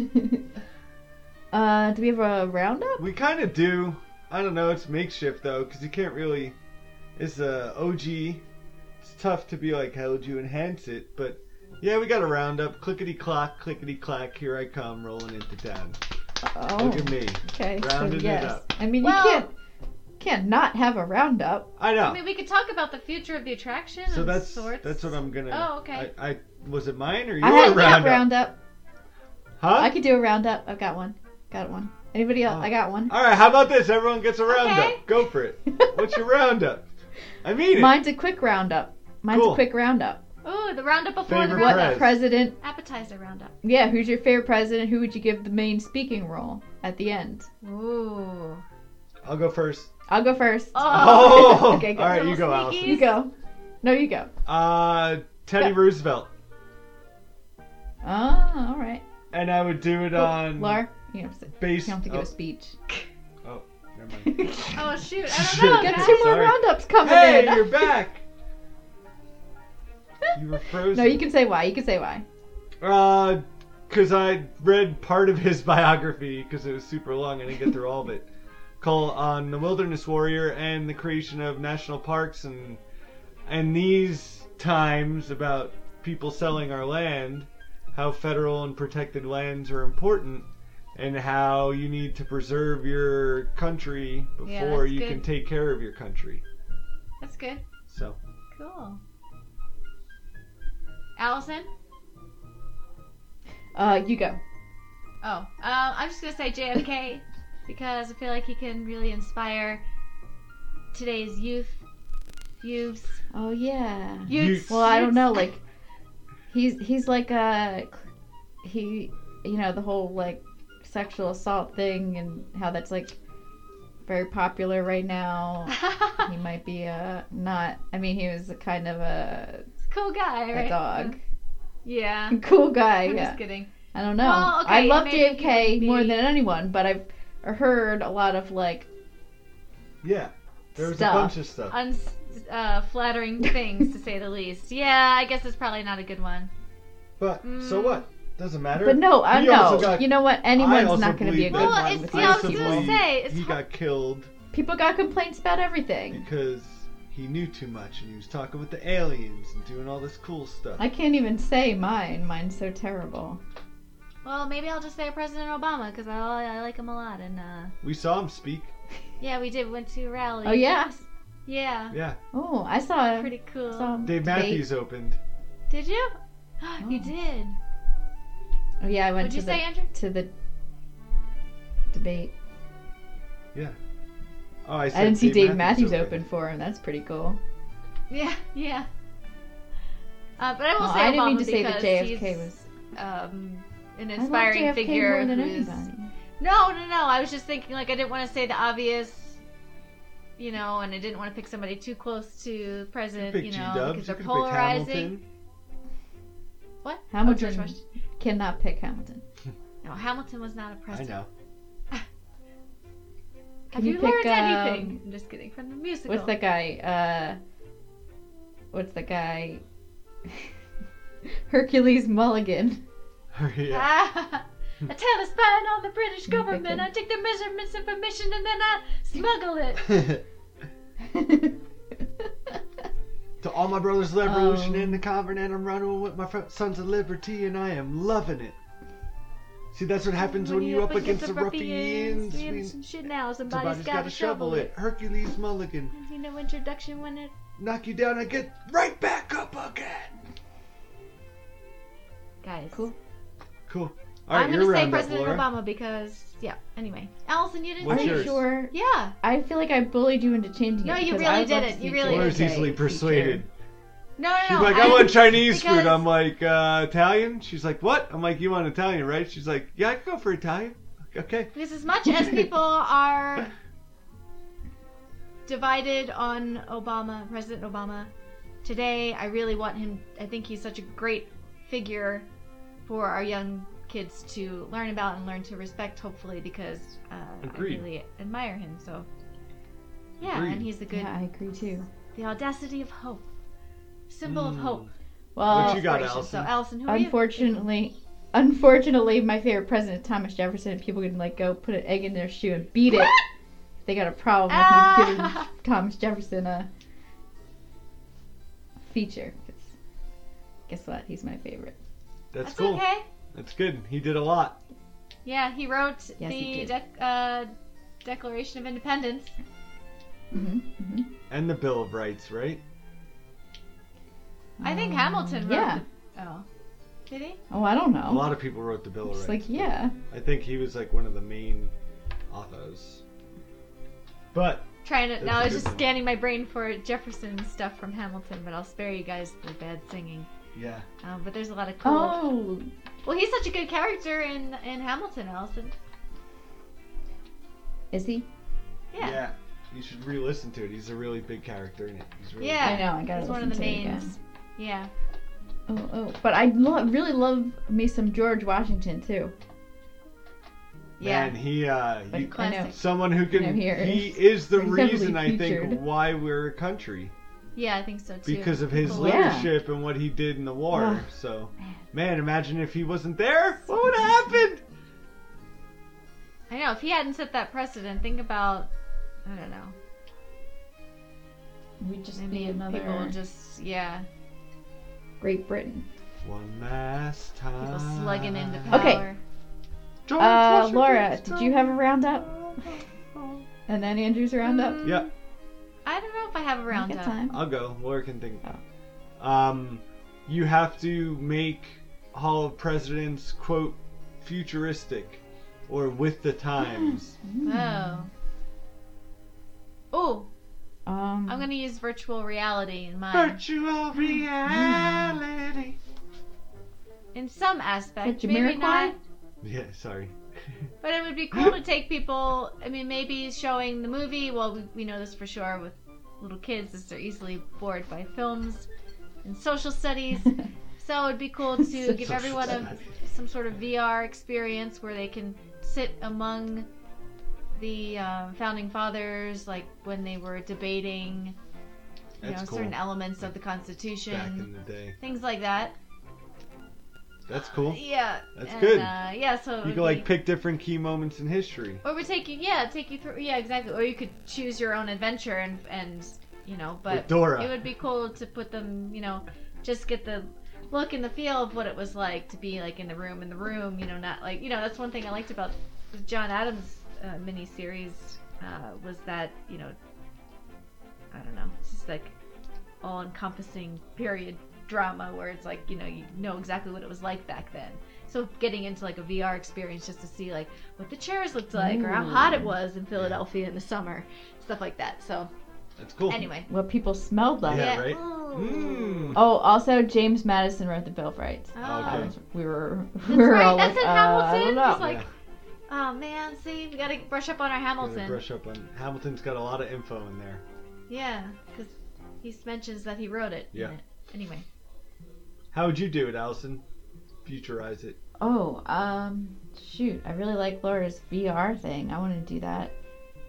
F: uh, do we have a roundup?
E: We kind of do. I don't know. It's makeshift though, because you can't really. It's a OG. It's tough to be like, how would you enhance it? But yeah, we got a roundup. Clickety clack, clickety clack. Here I come, rolling into town.
F: Oh,
E: Look at me.
F: okay. So
E: rounding it
F: yes.
E: up.
F: I mean,
D: Well-
F: you can't can't not have a roundup.
E: I know.
D: I mean, we could talk about the future of the attraction
E: so
D: and
E: that's
D: sorts.
E: that's what I'm gonna.
D: Oh, okay.
E: I, I was it mine or your
F: I had
E: roundup?
F: a roundup.
E: Huh?
F: I could do a roundup. I've got one. Got one. Anybody else? I got one.
E: All right. How about this? Everyone gets a roundup.
D: Okay.
E: Go for it. What's your roundup? I mean it.
F: Mine's a quick roundup. Mine's
E: Cool.
F: a quick roundup.
D: Ooh, the roundup before the
E: Favorite
D: roundup.
E: Prez.
F: President,
D: Appetizer roundup.
F: yeah, who's your favorite president? Who would you give the main speaking role at the end?
D: Ooh.
E: I'll go first.
F: I'll go first.
D: Oh.
E: Oh.
F: Okay, go.
E: All right, you
D: Little
E: go,
D: sneaky.
E: Allison.
F: You go. No, you go.
E: Uh, Teddy
F: Yeah.
E: Roosevelt.
F: Oh, all right.
E: And I would do it
F: Oh,
E: on
F: Laura, you don't have to, you
E: based.
F: don't have to give
E: oh,
F: a speech.
E: oh, never mind.
D: Oh, shoot. I don't know.
E: Shit.
F: Got
D: guys.
F: two more
E: Sorry.
F: roundups coming
E: hey,
F: in.
E: you're back. you were frozen.
F: No, you can say why. You can say why.
E: Uh, because I read part of his biography because it was super long. I didn't get through all of it. Call on the Wilderness Warrior and the creation of national parks and and these times about people selling our land, how federal and protected lands are important, and how you need to preserve your country
D: Yeah,
E: before
D: that's
E: you
D: good.
E: can take care of your country.
D: That's good.
E: So
D: Cool. Allison?
F: Uh, you go.
D: Oh, um, I'm just gonna say JFK because I feel like he can really inspire today's youth. Youths.
F: Oh yeah.
E: Youths.
D: Youths.
F: Well, I don't
D: youths.
F: know. Like, he's he's like a he, you know, the whole like sexual assault thing and how that's like very popular right now. he might be a not. I mean, he was a kind of a,
D: cool guy,
F: a
D: right?
F: dog,
D: Yeah.
F: cool guy.
D: I'm
F: yeah.
D: just kidding.
F: I don't know.
D: Well, okay,
F: I love
D: maybe he
F: JFK
D: would
F: more
D: be-
F: than anyone, but I've heard a lot of like
E: yeah, there was
F: Stuff.
E: a bunch of stuff.
D: Uns- uh, flattering things to say the least. Yeah, I guess it's probably not a good one.
E: But so
D: Mm.
E: what? Doesn't matter.
F: But no, I
E: He
F: know.
E: also got-
F: you know what?
E: I
F: Anyone's
E: also
F: not going to be a
E: believe
F: good
E: that
D: Well,
F: one.
D: it's-
F: with
D: yeah,
F: those
D: I was gonna
F: people.
D: say- it's
E: he
D: hard-
E: got killed
F: people got complaints about everything.
E: because he knew too much and he was talking with the aliens and doing all this cool stuff.
F: I can't even say mine. Mine's so terrible.
D: Well, maybe I'll just say President Obama because I, I like him a lot. And uh,
E: we saw him speak.
D: yeah, we did. We went to a rally.
F: Oh yeah.
D: Yeah.
E: Yeah,
F: Oh, I saw.
D: Pretty cool.
F: Some
E: Dave Matthews opened.
D: Did you? You did.
F: Oh yeah, I
D: What'd
F: went to
D: you
F: the
D: say, Andrew?
F: to the debate.
E: Oh, I,
F: I
E: said
F: didn't see Dave Matthews,
E: opened.
F: open for him. That's pretty cool.
D: Yeah, yeah. Uh, but I will
F: Oh,
D: say
F: I didn't
D: Obama
F: mean to say that
D: because
F: JFK
D: he's,
F: was
D: um, an
F: I love
D: inspiring
F: JFK
D: figure.
F: more than
D: who's-
F: anybody.
D: No, no, no. I was just thinking like I didn't want to say the obvious, you know, and I didn't want to pick somebody too close to
E: You
D: president,
E: pick
D: you,
E: G
D: know,
E: Dubs.
D: because
E: You
D: they're
E: could pick
D: polarizing.
E: Hamilton.
D: What?
F: Hamilton.
D: Oh, George Washington.
F: Cannot pick Hamilton.
D: No, Hamilton was not a
E: I
D: president.
E: know.
D: Have
F: Can
D: you,
F: you
D: learned
F: pick,
D: anything?
F: um,
D: I'm just kidding. From the musical.
F: What's the guy? Uh, what's the guy? Hercules Mulligan.
E: yeah.
D: Ah, I tell a spy and on the British government.
F: thinking.
D: I take the measurements of permission and then I smuggle it.
E: Ah. to all my brothers, revolution
F: Um,
E: in the convent, and I'm running with my fr- sons of liberty, and I am loving it. See, that's what happens when, you up against the ruffians.
D: We have
E: We-
D: some shit now. Somebody's
E: Somebody's
D: got
E: gotta
D: to shovel it.
E: Hercules Mulligan.
D: You know, introduction when it.
E: Knock you down and get right back up again.
D: Guys.
F: Cool.
E: Cool. All right,
D: I'm
E: you're
D: gonna say
E: round up,
D: President
E: Laura.
D: Obama because yeah. Anyway, Allison, you didn't.
E: What's
F: Are you
E: yours?
F: sure?
D: Yeah.
F: I feel like I bullied you into changing
D: No,
F: it.
D: you
F: because
D: really
F: I'd
D: did
F: love
D: it.
F: to
D: You
F: speak
D: really
F: to
E: Laura's
D: did.
F: a
E: easily
F: teacher.
E: persuaded.
D: No, no, no.
E: She's like, I, want Chinese
D: because-
E: food. I'm like, uh, Italian? She's like, what? I'm like, you want Italian, right? She's like, yeah, I can go for Italian. Okay.
D: Because as much as people are divided on Obama, President Obama, today I really want him. I think he's such a great figure for our young kids to learn about and learn to respect, hopefully, because uh, I
B: Agreed.
D: really admire him. So, yeah, and
E: Agreed.
D: he's the good,
F: Yeah, I agree too.
D: the audacity of hope, symbol of
E: Mm.
D: hope.
E: What
F: Well,
E: you got,
D: Inspiration. So,
E: Allison?
D: Allison, who are you?
F: unfortunately, unfortunately, my favorite president, Thomas Jefferson, people can like go put an egg in their shoe and beat it. if they got a problem with
D: Ah.
F: me giving Thomas Jefferson a feature. 'cause Guess what? He's my favorite.
E: That's,
D: That's
E: cool.
D: okay.
E: That's good. He did a lot.
D: Yeah, he wrote the
F: Yes, he did.
D: dec- uh, Declaration of Independence.
F: hmm hmm
E: And the Bill of Rights, right?
D: I think Hamilton wrote.
F: Um, yeah.
D: The- oh, did he?
F: Oh, I don't know.
E: A lot of people wrote the Bill of
F: Just
E: Rights.
F: like yeah.
E: I think he was like one of the main authors. But
D: Trying to
E: That's
D: now, I
E: a
D: was
E: good
D: just
E: one.
D: scanning my brain for Jefferson stuff from Hamilton, but I'll spare you guys the bad singing.
E: yeah,
D: Um, but there's a lot of cool.
F: Oh,
D: Well, he's such a good character in in Hamilton, Allison.
F: is he?
D: Yeah,
E: you should re-listen to it. He's a really big character in it. He's really
D: Yeah.
F: I know. I gotta
D: he's
F: listen
D: one of the
F: to it again.
D: mains. Yeah,
F: Oh, oh, but I lo- really love me some George Washington too.
E: good.
D: yeah.
E: Man, he uh,
F: But
E: he,
F: I know.
D: classic.
E: someone who
F: I know
E: can.
F: here
E: He
F: is-
E: is the
F: he's heavily
E: reason I think
F: featured.
E: why we're a country
D: yeah, I think so too.
E: because of his
D: Cool.
F: Yeah.
E: leadership and what he did in the war.
F: Ugh.
E: So, man, imagine if he wasn't there, what would have happened?
D: I know if he hadn't set that precedent, think about. I don't know.
F: We'd just
D: Maybe
F: be another
D: people would just yeah,
F: Great Britain.
E: One last time.
D: people slugging into power.
F: Okay.
E: Oh, George
F: Uh,
E: Washington
F: Laura, did you have a
E: State.
F: roundup? And then Andrew's roundup.
E: Yeah.
D: I don't know if I have a
F: Good
D: Mm, roundup.
F: time.
E: I'll go. Laura can think.
F: Oh.
E: Um, you have to make Hall of Presidents quote futuristic or with
F: Hmm.
E: the times.
D: Oh. Oh,
F: Um,
D: I'm gonna use virtual reality in my
E: Virtual reality.
D: in some aspect,
F: Like
D: maybe
F: Jamiroquai?
D: not.
F: Hmm.
E: Yeah, sorry.
D: But it would be cool to take people. I mean, maybe showing the movie. Well, we, we know this for sure with little kids, is they're easily bored by films and social studies. so it'd be cool to give
E: Social
D: everyone a,
E: studies.
D: some sort of VR experience where they can sit among the uh, founding fathers, like when they were debating, you
E: That's
D: know,
E: cool.
D: certain elements of the
E: Back
D: Constitution,
E: in the day.
D: things like that.
E: That's cool.
D: Yeah.
E: That's
D: and,
E: good.
D: Uh, yeah, so it
E: You
D: would
E: can like
D: be-
E: pick different key moments in history.
D: or we take you, yeah, take you through, yeah, exactly. Or you could choose your own adventure and and you know,
E: With
D: but
E: Dora.
D: it would be cool to put them, you know, just get the look and the feel of what it was like to be like in the room, in the room, you know, not like you know. That's one thing I liked about the John Adams uh, miniseries uh, was that you know, I don't know, it's just like all encompassing period drama where it's like you know you know exactly what it was like back then so getting into like a vr experience just to see like what the chairs looked like or how hot it was in philadelphia in the summer stuff like that so
E: That's cool.
D: anyway
F: what people smelled like.
E: Yeah, right?
D: Ooh.
E: Mm.
F: Oh, also James Madison wrote the Bill of Rights.
D: Oh.
E: Okay.
F: We were we
D: That's
F: were
D: right,
F: all
D: that's
F: like,
D: in
F: uh, I
D: Hamilton.
F: don't know.
D: It's like,
E: Yeah.
D: oh man, see, we gotta brush up on our
E: Gotta
D: Hamilton.
E: Brush up on Hamilton's got a lot of info in there.
D: Yeah, because he mentions that he wrote it. in
E: Yeah.
D: it. Anyway,
E: How would you do it, Allison? Futurize it.
F: oh, um, shoot, I really like Laura's VR thing. I want to do that.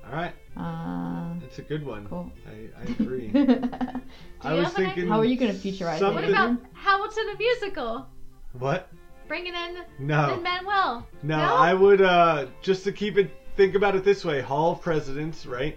E: All right,
F: Uh,
E: it's a good one.
F: cool.
E: I, I agree. I
D: you
E: was
D: have an
E: thinking.
F: How are you gonna futurize it?
D: what
E: something-
F: Something-
D: about Hamilton the musical?
E: What?
D: Bringing in
E: No,
D: Lin Manuel.
E: no.
D: No?
E: I would uh just to keep it. Think about it this way: Hall of Presidents, right?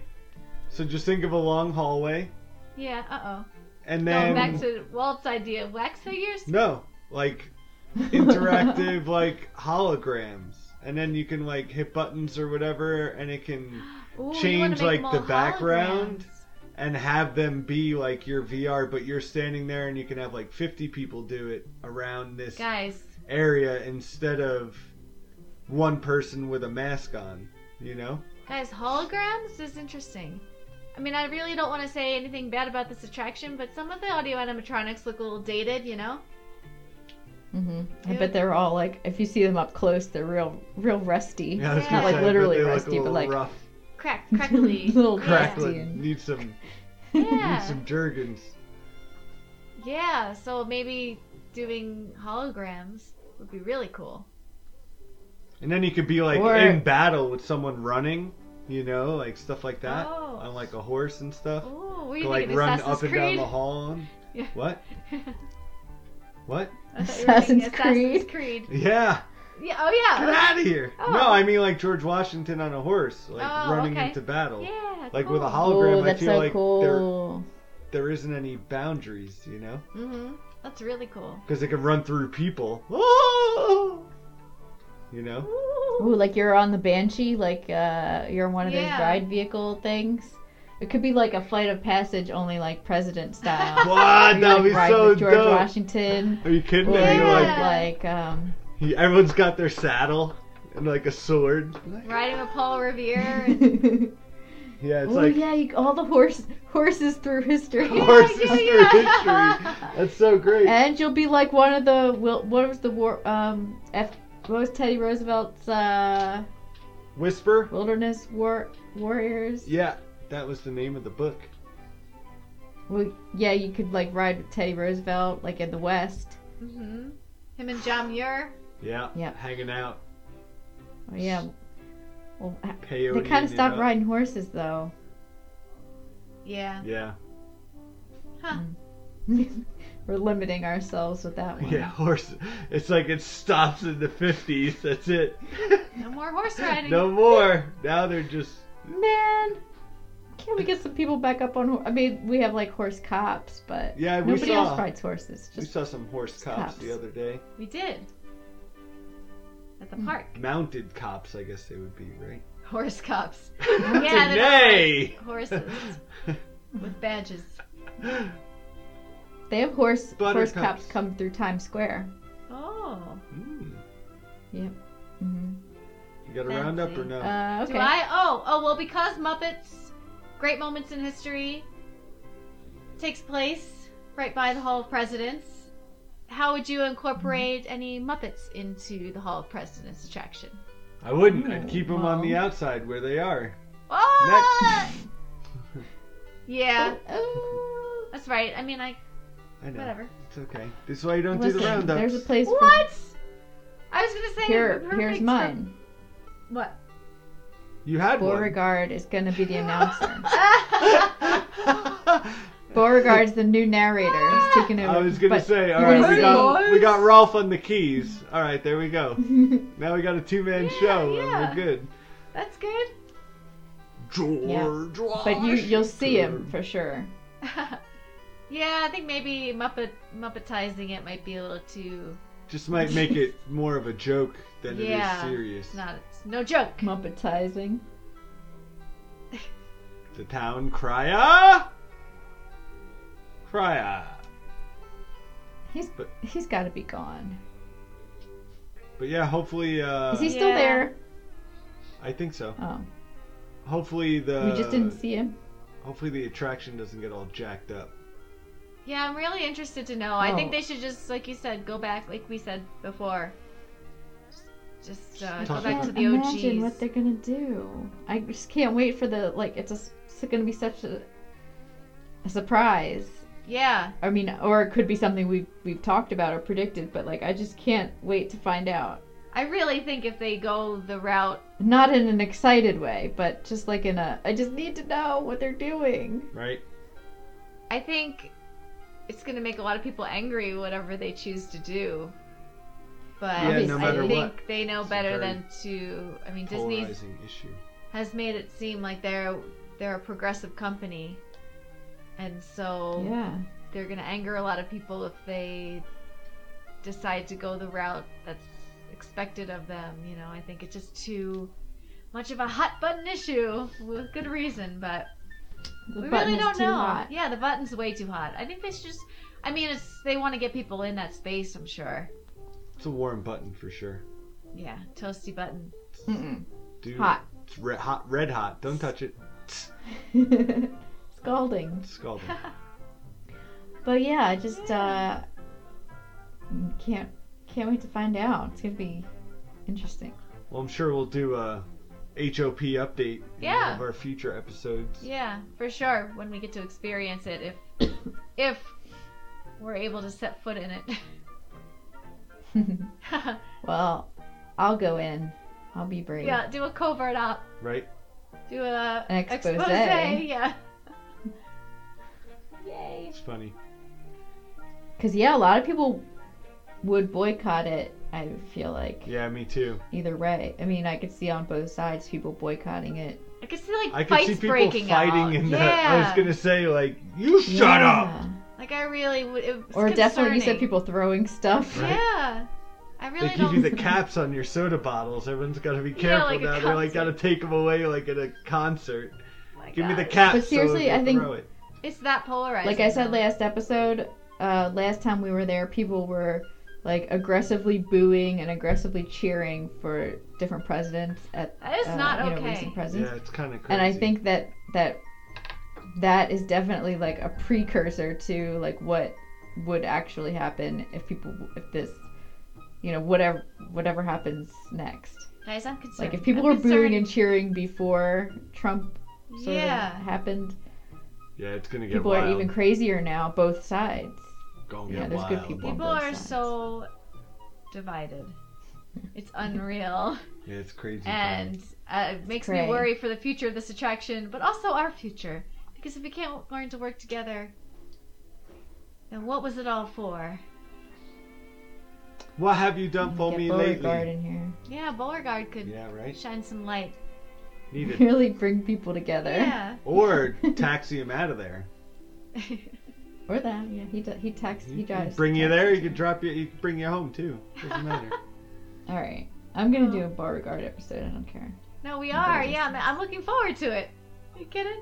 E: So just think of a long hallway,
D: Yeah. Uh oh.
E: and
D: Going
E: then
D: back to Walt's idea of wax figures.
E: no, like interactive, like holograms. and then you can like hit buttons or whatever, and it can
D: Ooh, you
E: Change,
D: wanna make
E: like,
D: them
E: the
D: all
E: background.
D: holograms.
E: and have them be like your VR, but you're standing there and you can have like 50 people do it around this
D: Guys,
E: area instead of one person with a mask on. You know,
D: guys, holograms is interesting. I mean, I really don't want to say anything bad about this attraction, but some of the audio animatronics look a little dated, you know?
F: hmm I
D: Yeah.
F: bet they're all like, if you see them up close, they're real, real rusty.
E: yeah, I was
D: Yeah.
E: gonna
D: Not, like,
E: say, I bet
F: literally
E: they look a
F: rusty, but,
E: little
F: like,
E: rough,
D: Crack, crackly.
F: Little
D: Yeah.
E: crackling,
F: Rusty.
E: need some, need
D: Yeah.
E: some Jergens.
D: yeah, so maybe doing holograms would be really cool.
E: And then you could be like
F: Or-
E: in battle with someone running, you know, like stuff like that,
D: Oh.
E: on like a horse and stuff.
D: Ooh, what do
E: Could,
D: you
E: like
D: think of
E: run
D: Assassin's
E: up and down
D: Creed?
E: the hall. And...
D: Yeah.
E: What? What?
D: I thought you were thinking
F: Assassin's
D: Assassin's Creed.
E: Yeah,
D: Yeah, oh
E: get
D: yeah.
E: out of here!
D: Oh.
E: No, I mean like George Washington on a horse, like
D: Oh,
E: running
D: okay.
E: into battle.
D: Yeah,
E: Like with a
D: cool.
E: hologram,
F: oh,
E: I
F: that's
E: feel
F: so
E: like there
F: cool.
E: there isn't any boundaries, you know,
D: Mhm. That's really cool.
E: because it can run through people. Oh! You know,
F: Ooh, like you're on the Banshee, like uh, you're on one of
D: Yeah.
F: those ride vehicle things. It could be like a flight of passage, only like president style.
E: what?
F: You're,
E: That
F: like,
E: would be
F: ride
E: so
F: with George
E: dope.
F: Washington.
E: Are you kidding
F: Or
E: me?
D: Yeah.
E: You're like,
F: like um,
E: Yeah, Everyone's got their saddle and like a sword.
D: Riding with Paul Revere. And...
F: oh
E: Yeah, it's like
F: yeah, you, all the horse horses through history.
E: horses
D: yeah,
E: through
D: yeah.
E: history. That's so great.
F: And you'll be like one of the Wil- what was the war um F what was Teddy Roosevelt's uh
E: Whisper.
F: wilderness war warriors?
E: Yeah, that was the name of the book.
F: Well, yeah, you could like ride with Teddy Roosevelt like in the West.
D: hmm Him and John Muir.
E: Yeah.
F: Yeah.
E: Hanging out.
F: Oh, yeah. Well, ha-
E: Peyote.
F: they kind of stopped
E: up.
F: riding horses though.
D: Yeah.
E: Yeah.
F: We're limiting ourselves with that one.
E: Yeah, horse. It's like it stops in the 50s. That's it.
D: No more horse riding.
E: no more. Now they're just.
F: Man, can't we get some people back up on? Ho- I mean, we have like horse cops, but
E: Yeah, we
F: nobody
E: saw-
F: else rides horses.
E: We
F: Just
E: saw some horse cops
F: cops.
E: the other day.
D: We did. At the park.
E: Mounted cops, I guess they would be, right?
D: Horse cops.
E: Yeah,
D: they
E: Today!
D: Horses with badges.
F: they have horse horse
E: Buttercups.
F: cops come through Times Square.
D: Oh.
E: Mm.
F: hmm
E: You got a round up or
D: Fancy.
E: no?
F: Uh, okay.
D: Do I? Oh, oh well, because Muppets, Great Moments in History, takes place right by the Hall of Presidents. How would you incorporate any Muppets into the Hall of Presidents attraction?
E: I wouldn't. I'd keep them on
F: well.
E: the outside where they are.
D: What? yeah,
F: Oh,
D: that's right. I mean, I
E: I know.
D: whatever.
E: It's okay. This is why you don't
F: listen,
E: do the roundups.
F: there's a place. for-
D: What? I was gonna say
F: Here,
D: perfect
F: here's
D: for-
F: mine.
D: What?
E: You had
F: Beauregard is going to be the announcer.
E: one.
F: Beauregard's the new narrator. He's taking over.
E: I was gonna
F: but
E: say, all
F: you're
E: right,
F: gonna
E: we
F: see-
E: got we got Rolf on the keys. All right, there we go. Now we got a two man
D: Yeah,
E: show
D: yeah.
E: and we're good.
D: That's good.
E: George,
F: but you you'll see him for sure.
D: yeah, I think maybe Muppet Muppetizing it might be a little too.
E: just might make it more of a joke than
D: Yeah,
E: it is serious.
D: It's not. It's no joke.
F: Muppetizing.
E: The town crier, crier.
F: He's
E: But-
F: he's got to be gone.
E: But yeah, hopefully, uh,
F: Is he still
D: Yeah.
F: there?
E: I think so.
F: Oh,
E: Hopefully the
F: we just didn't
E: Uh,
F: see him.
E: hopefully the attraction doesn't get all jacked up.
D: Yeah, I'm really interested to know. I think
F: Oh.
D: they should just, like you said, go back, like we said before. Just uh, go
E: Talk
D: back
E: about-
D: to the OGs.
F: imagine what they're gonna do. I just can't wait for the like. It's, a, it's gonna be such a, a surprise.
D: Yeah,
F: I mean, or it could be something we've we've talked about or predicted, but like I just can't wait to find out.
D: I really think if they go the route,
F: Not in an excited way, but just like in a I just need to know what they're doing.
E: Right?
D: I think it's going to make a lot of people angry, whatever they choose to do. But
E: Yeah,
F: no
D: I
F: matter
D: think
E: what.
D: they know
E: It's a
D: better
E: very
D: than to. I mean, Disney
E: Polarizing issue.
D: has made it seem like they're they're a progressive company, and so
F: Yeah.
D: they're going to anger a lot of people if they decide to go the route that's expected of them. You know, I think it's just too much of a hot button issue with good reason, but
F: The
D: we
F: button
D: really
F: is
D: don't
F: too
D: know.
F: hot.
D: Yeah, the button's way too hot. I think they should just. I mean, it's they want to get people in that space. I'm sure.
E: It's a warm button for sure.
D: Yeah, toasty button.
F: Mm-mm.
E: Dude,
F: Hot.
E: It's red hot. Red hot. Don't touch it.
F: Scalding.
E: Scalding.
F: But yeah, I just uh, can't can't wait to find out. It's gonna be interesting.
E: well, I'm sure we'll do a HOP update in one
D: Yeah.
E: of our future episodes.
D: Yeah, for sure. When we get to experience it, if if we're able to set foot in it.
F: Well, I'll go in. I'll be brave.
D: yeah, do a covert op.
E: Right?
D: Do a
F: An expose.
D: expose. Yeah.
E: It's funny.
F: Cause yeah, a lot of people would boycott it. I feel like
E: Yeah, me too.
F: either way. I mean, I could see on both sides people boycotting it.
D: I could see like
E: I could
D: fights
E: see people
D: breaking
E: fighting
D: out.
E: in the.
D: yeah.
E: I was gonna say like, you shut up.
F: Yeah.
D: Like I really would. It was
F: Or definitely, you said
D: concerning.
F: people throwing stuff.
E: Right.
D: Yeah. I really
E: they give
D: don't.
E: you the caps on your soda bottles. Everyone's got to be careful
D: like a
E: now. They're like got
D: concert.
E: to take them away like at a concert.
D: Oh my
E: Give me the
D: gosh.
E: caps.
F: But seriously,
E: so they'll
F: I think-
E: throw it.
D: It's that polarized.
F: Like I said last episode, uh, last time we were there, people were like aggressively booing and aggressively cheering for different presidents at
D: That is
F: uh,
D: not
F: you know,
D: okay.
F: recent presidents.
E: yeah, it's kind of crazy.
F: and I think that that that is definitely like a precursor to like what would actually happen if people if this you know whatever whatever happens next.
D: guys, I'm concerned.
F: Like if people
D: i
F: were booing and cheering before Trump sort
D: yeah,
F: of happened,
E: yeah, it's gonna get
F: people
E: wild.
F: are even crazier now both sides.
E: Gonna
F: yeah,
E: get
F: there's good
E: wild.
F: people.
D: people
F: both
D: are
F: sides.
D: so divided. It's unreal,
E: Yeah, it's crazy. times.
D: and uh, it makes
F: cray.
D: me worry for the future of this attraction, but also our future. Because if we can't learn to work together, then what was it all for?
E: what have you done for
F: Get
E: me
F: Beauregard
E: lately?
F: in here.
D: Yeah, Beauregard could
E: Yeah, right.
D: shine some light.
E: Need it.
F: Really bring people together.
D: Yeah.
E: Or taxi him out of there.
F: Or that. Yeah. He does. He texts. He
E: He can
F: drives.
E: bring you
F: taxis.
E: there. He can drop you. He can bring you home too. Doesn't matter.
F: All right. I'm gonna do a Beauregard episode. I don't care.
D: no, we
F: Nobody
D: are.
F: does
D: Yeah,
F: that.
D: I'm looking forward to it. Are you kidding?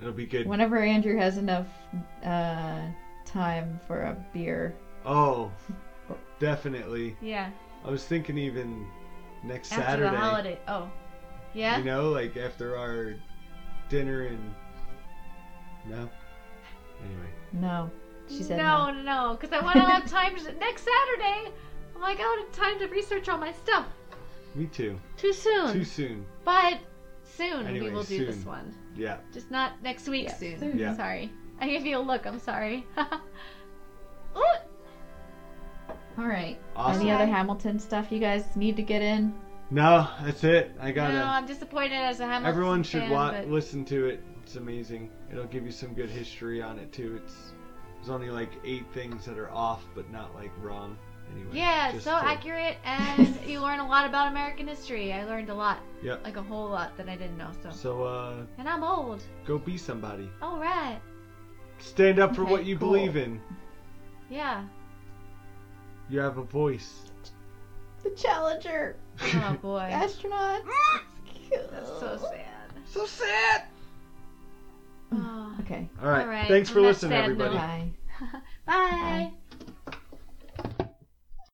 E: It'll be good.
F: Whenever Andrew has enough uh, time for a beer,
E: Oh, definitely.
D: Yeah.
E: I was thinking even next
D: After
E: Saturday.
D: the holiday. Oh. Yeah?
E: You know, like after our dinner and no. Anyway,
F: no. She said
D: no, no, no, because I want to have time to, next Saturday. I'm like, I don't have time to research all my stuff.
E: me too.
D: Too soon.
E: Too soon.
D: But soon
E: Anyway,
D: we will do this
E: soon.
D: one.
E: Yeah.
D: Just not next week
F: Yeah,
D: soon.
F: soon.
E: Yeah.
D: Sorry. I gave you a look. I'm sorry. Ooh,
F: All right.
E: Awesome.
F: Any other Hamilton stuff you guys need to get in?
E: No, that's it. I
D: no,
E: gotta.
D: I'm disappointed as a Hamilton
E: Everyone should
D: fan,
E: watch,
D: but-
E: listen to it. It's amazing. It'll give you some good history on it too. It's there's only like eight things that are off, but not like wrong. Anyway.
D: Yeah, it's
E: just
D: so
E: to-
D: accurate, and you learn a lot about American history. I learned a lot.
E: Yep.
D: Like a whole lot that I didn't know. So.
E: So uh,
D: And I'm old.
E: go be somebody.
D: All right.
E: Stand up for
F: Okay,
E: what you
F: cool.
E: believe in.
D: Yeah.
E: You have a voice.
F: The Challenger
D: Oh boy.
F: astronaut.
D: That's so sad.
E: So sad.
D: Oh.
F: Okay.
E: All right.
D: All right,
E: Thanks
D: on
E: for
D: that
E: listening,
D: sad
E: everybody.
D: note.
F: Bye.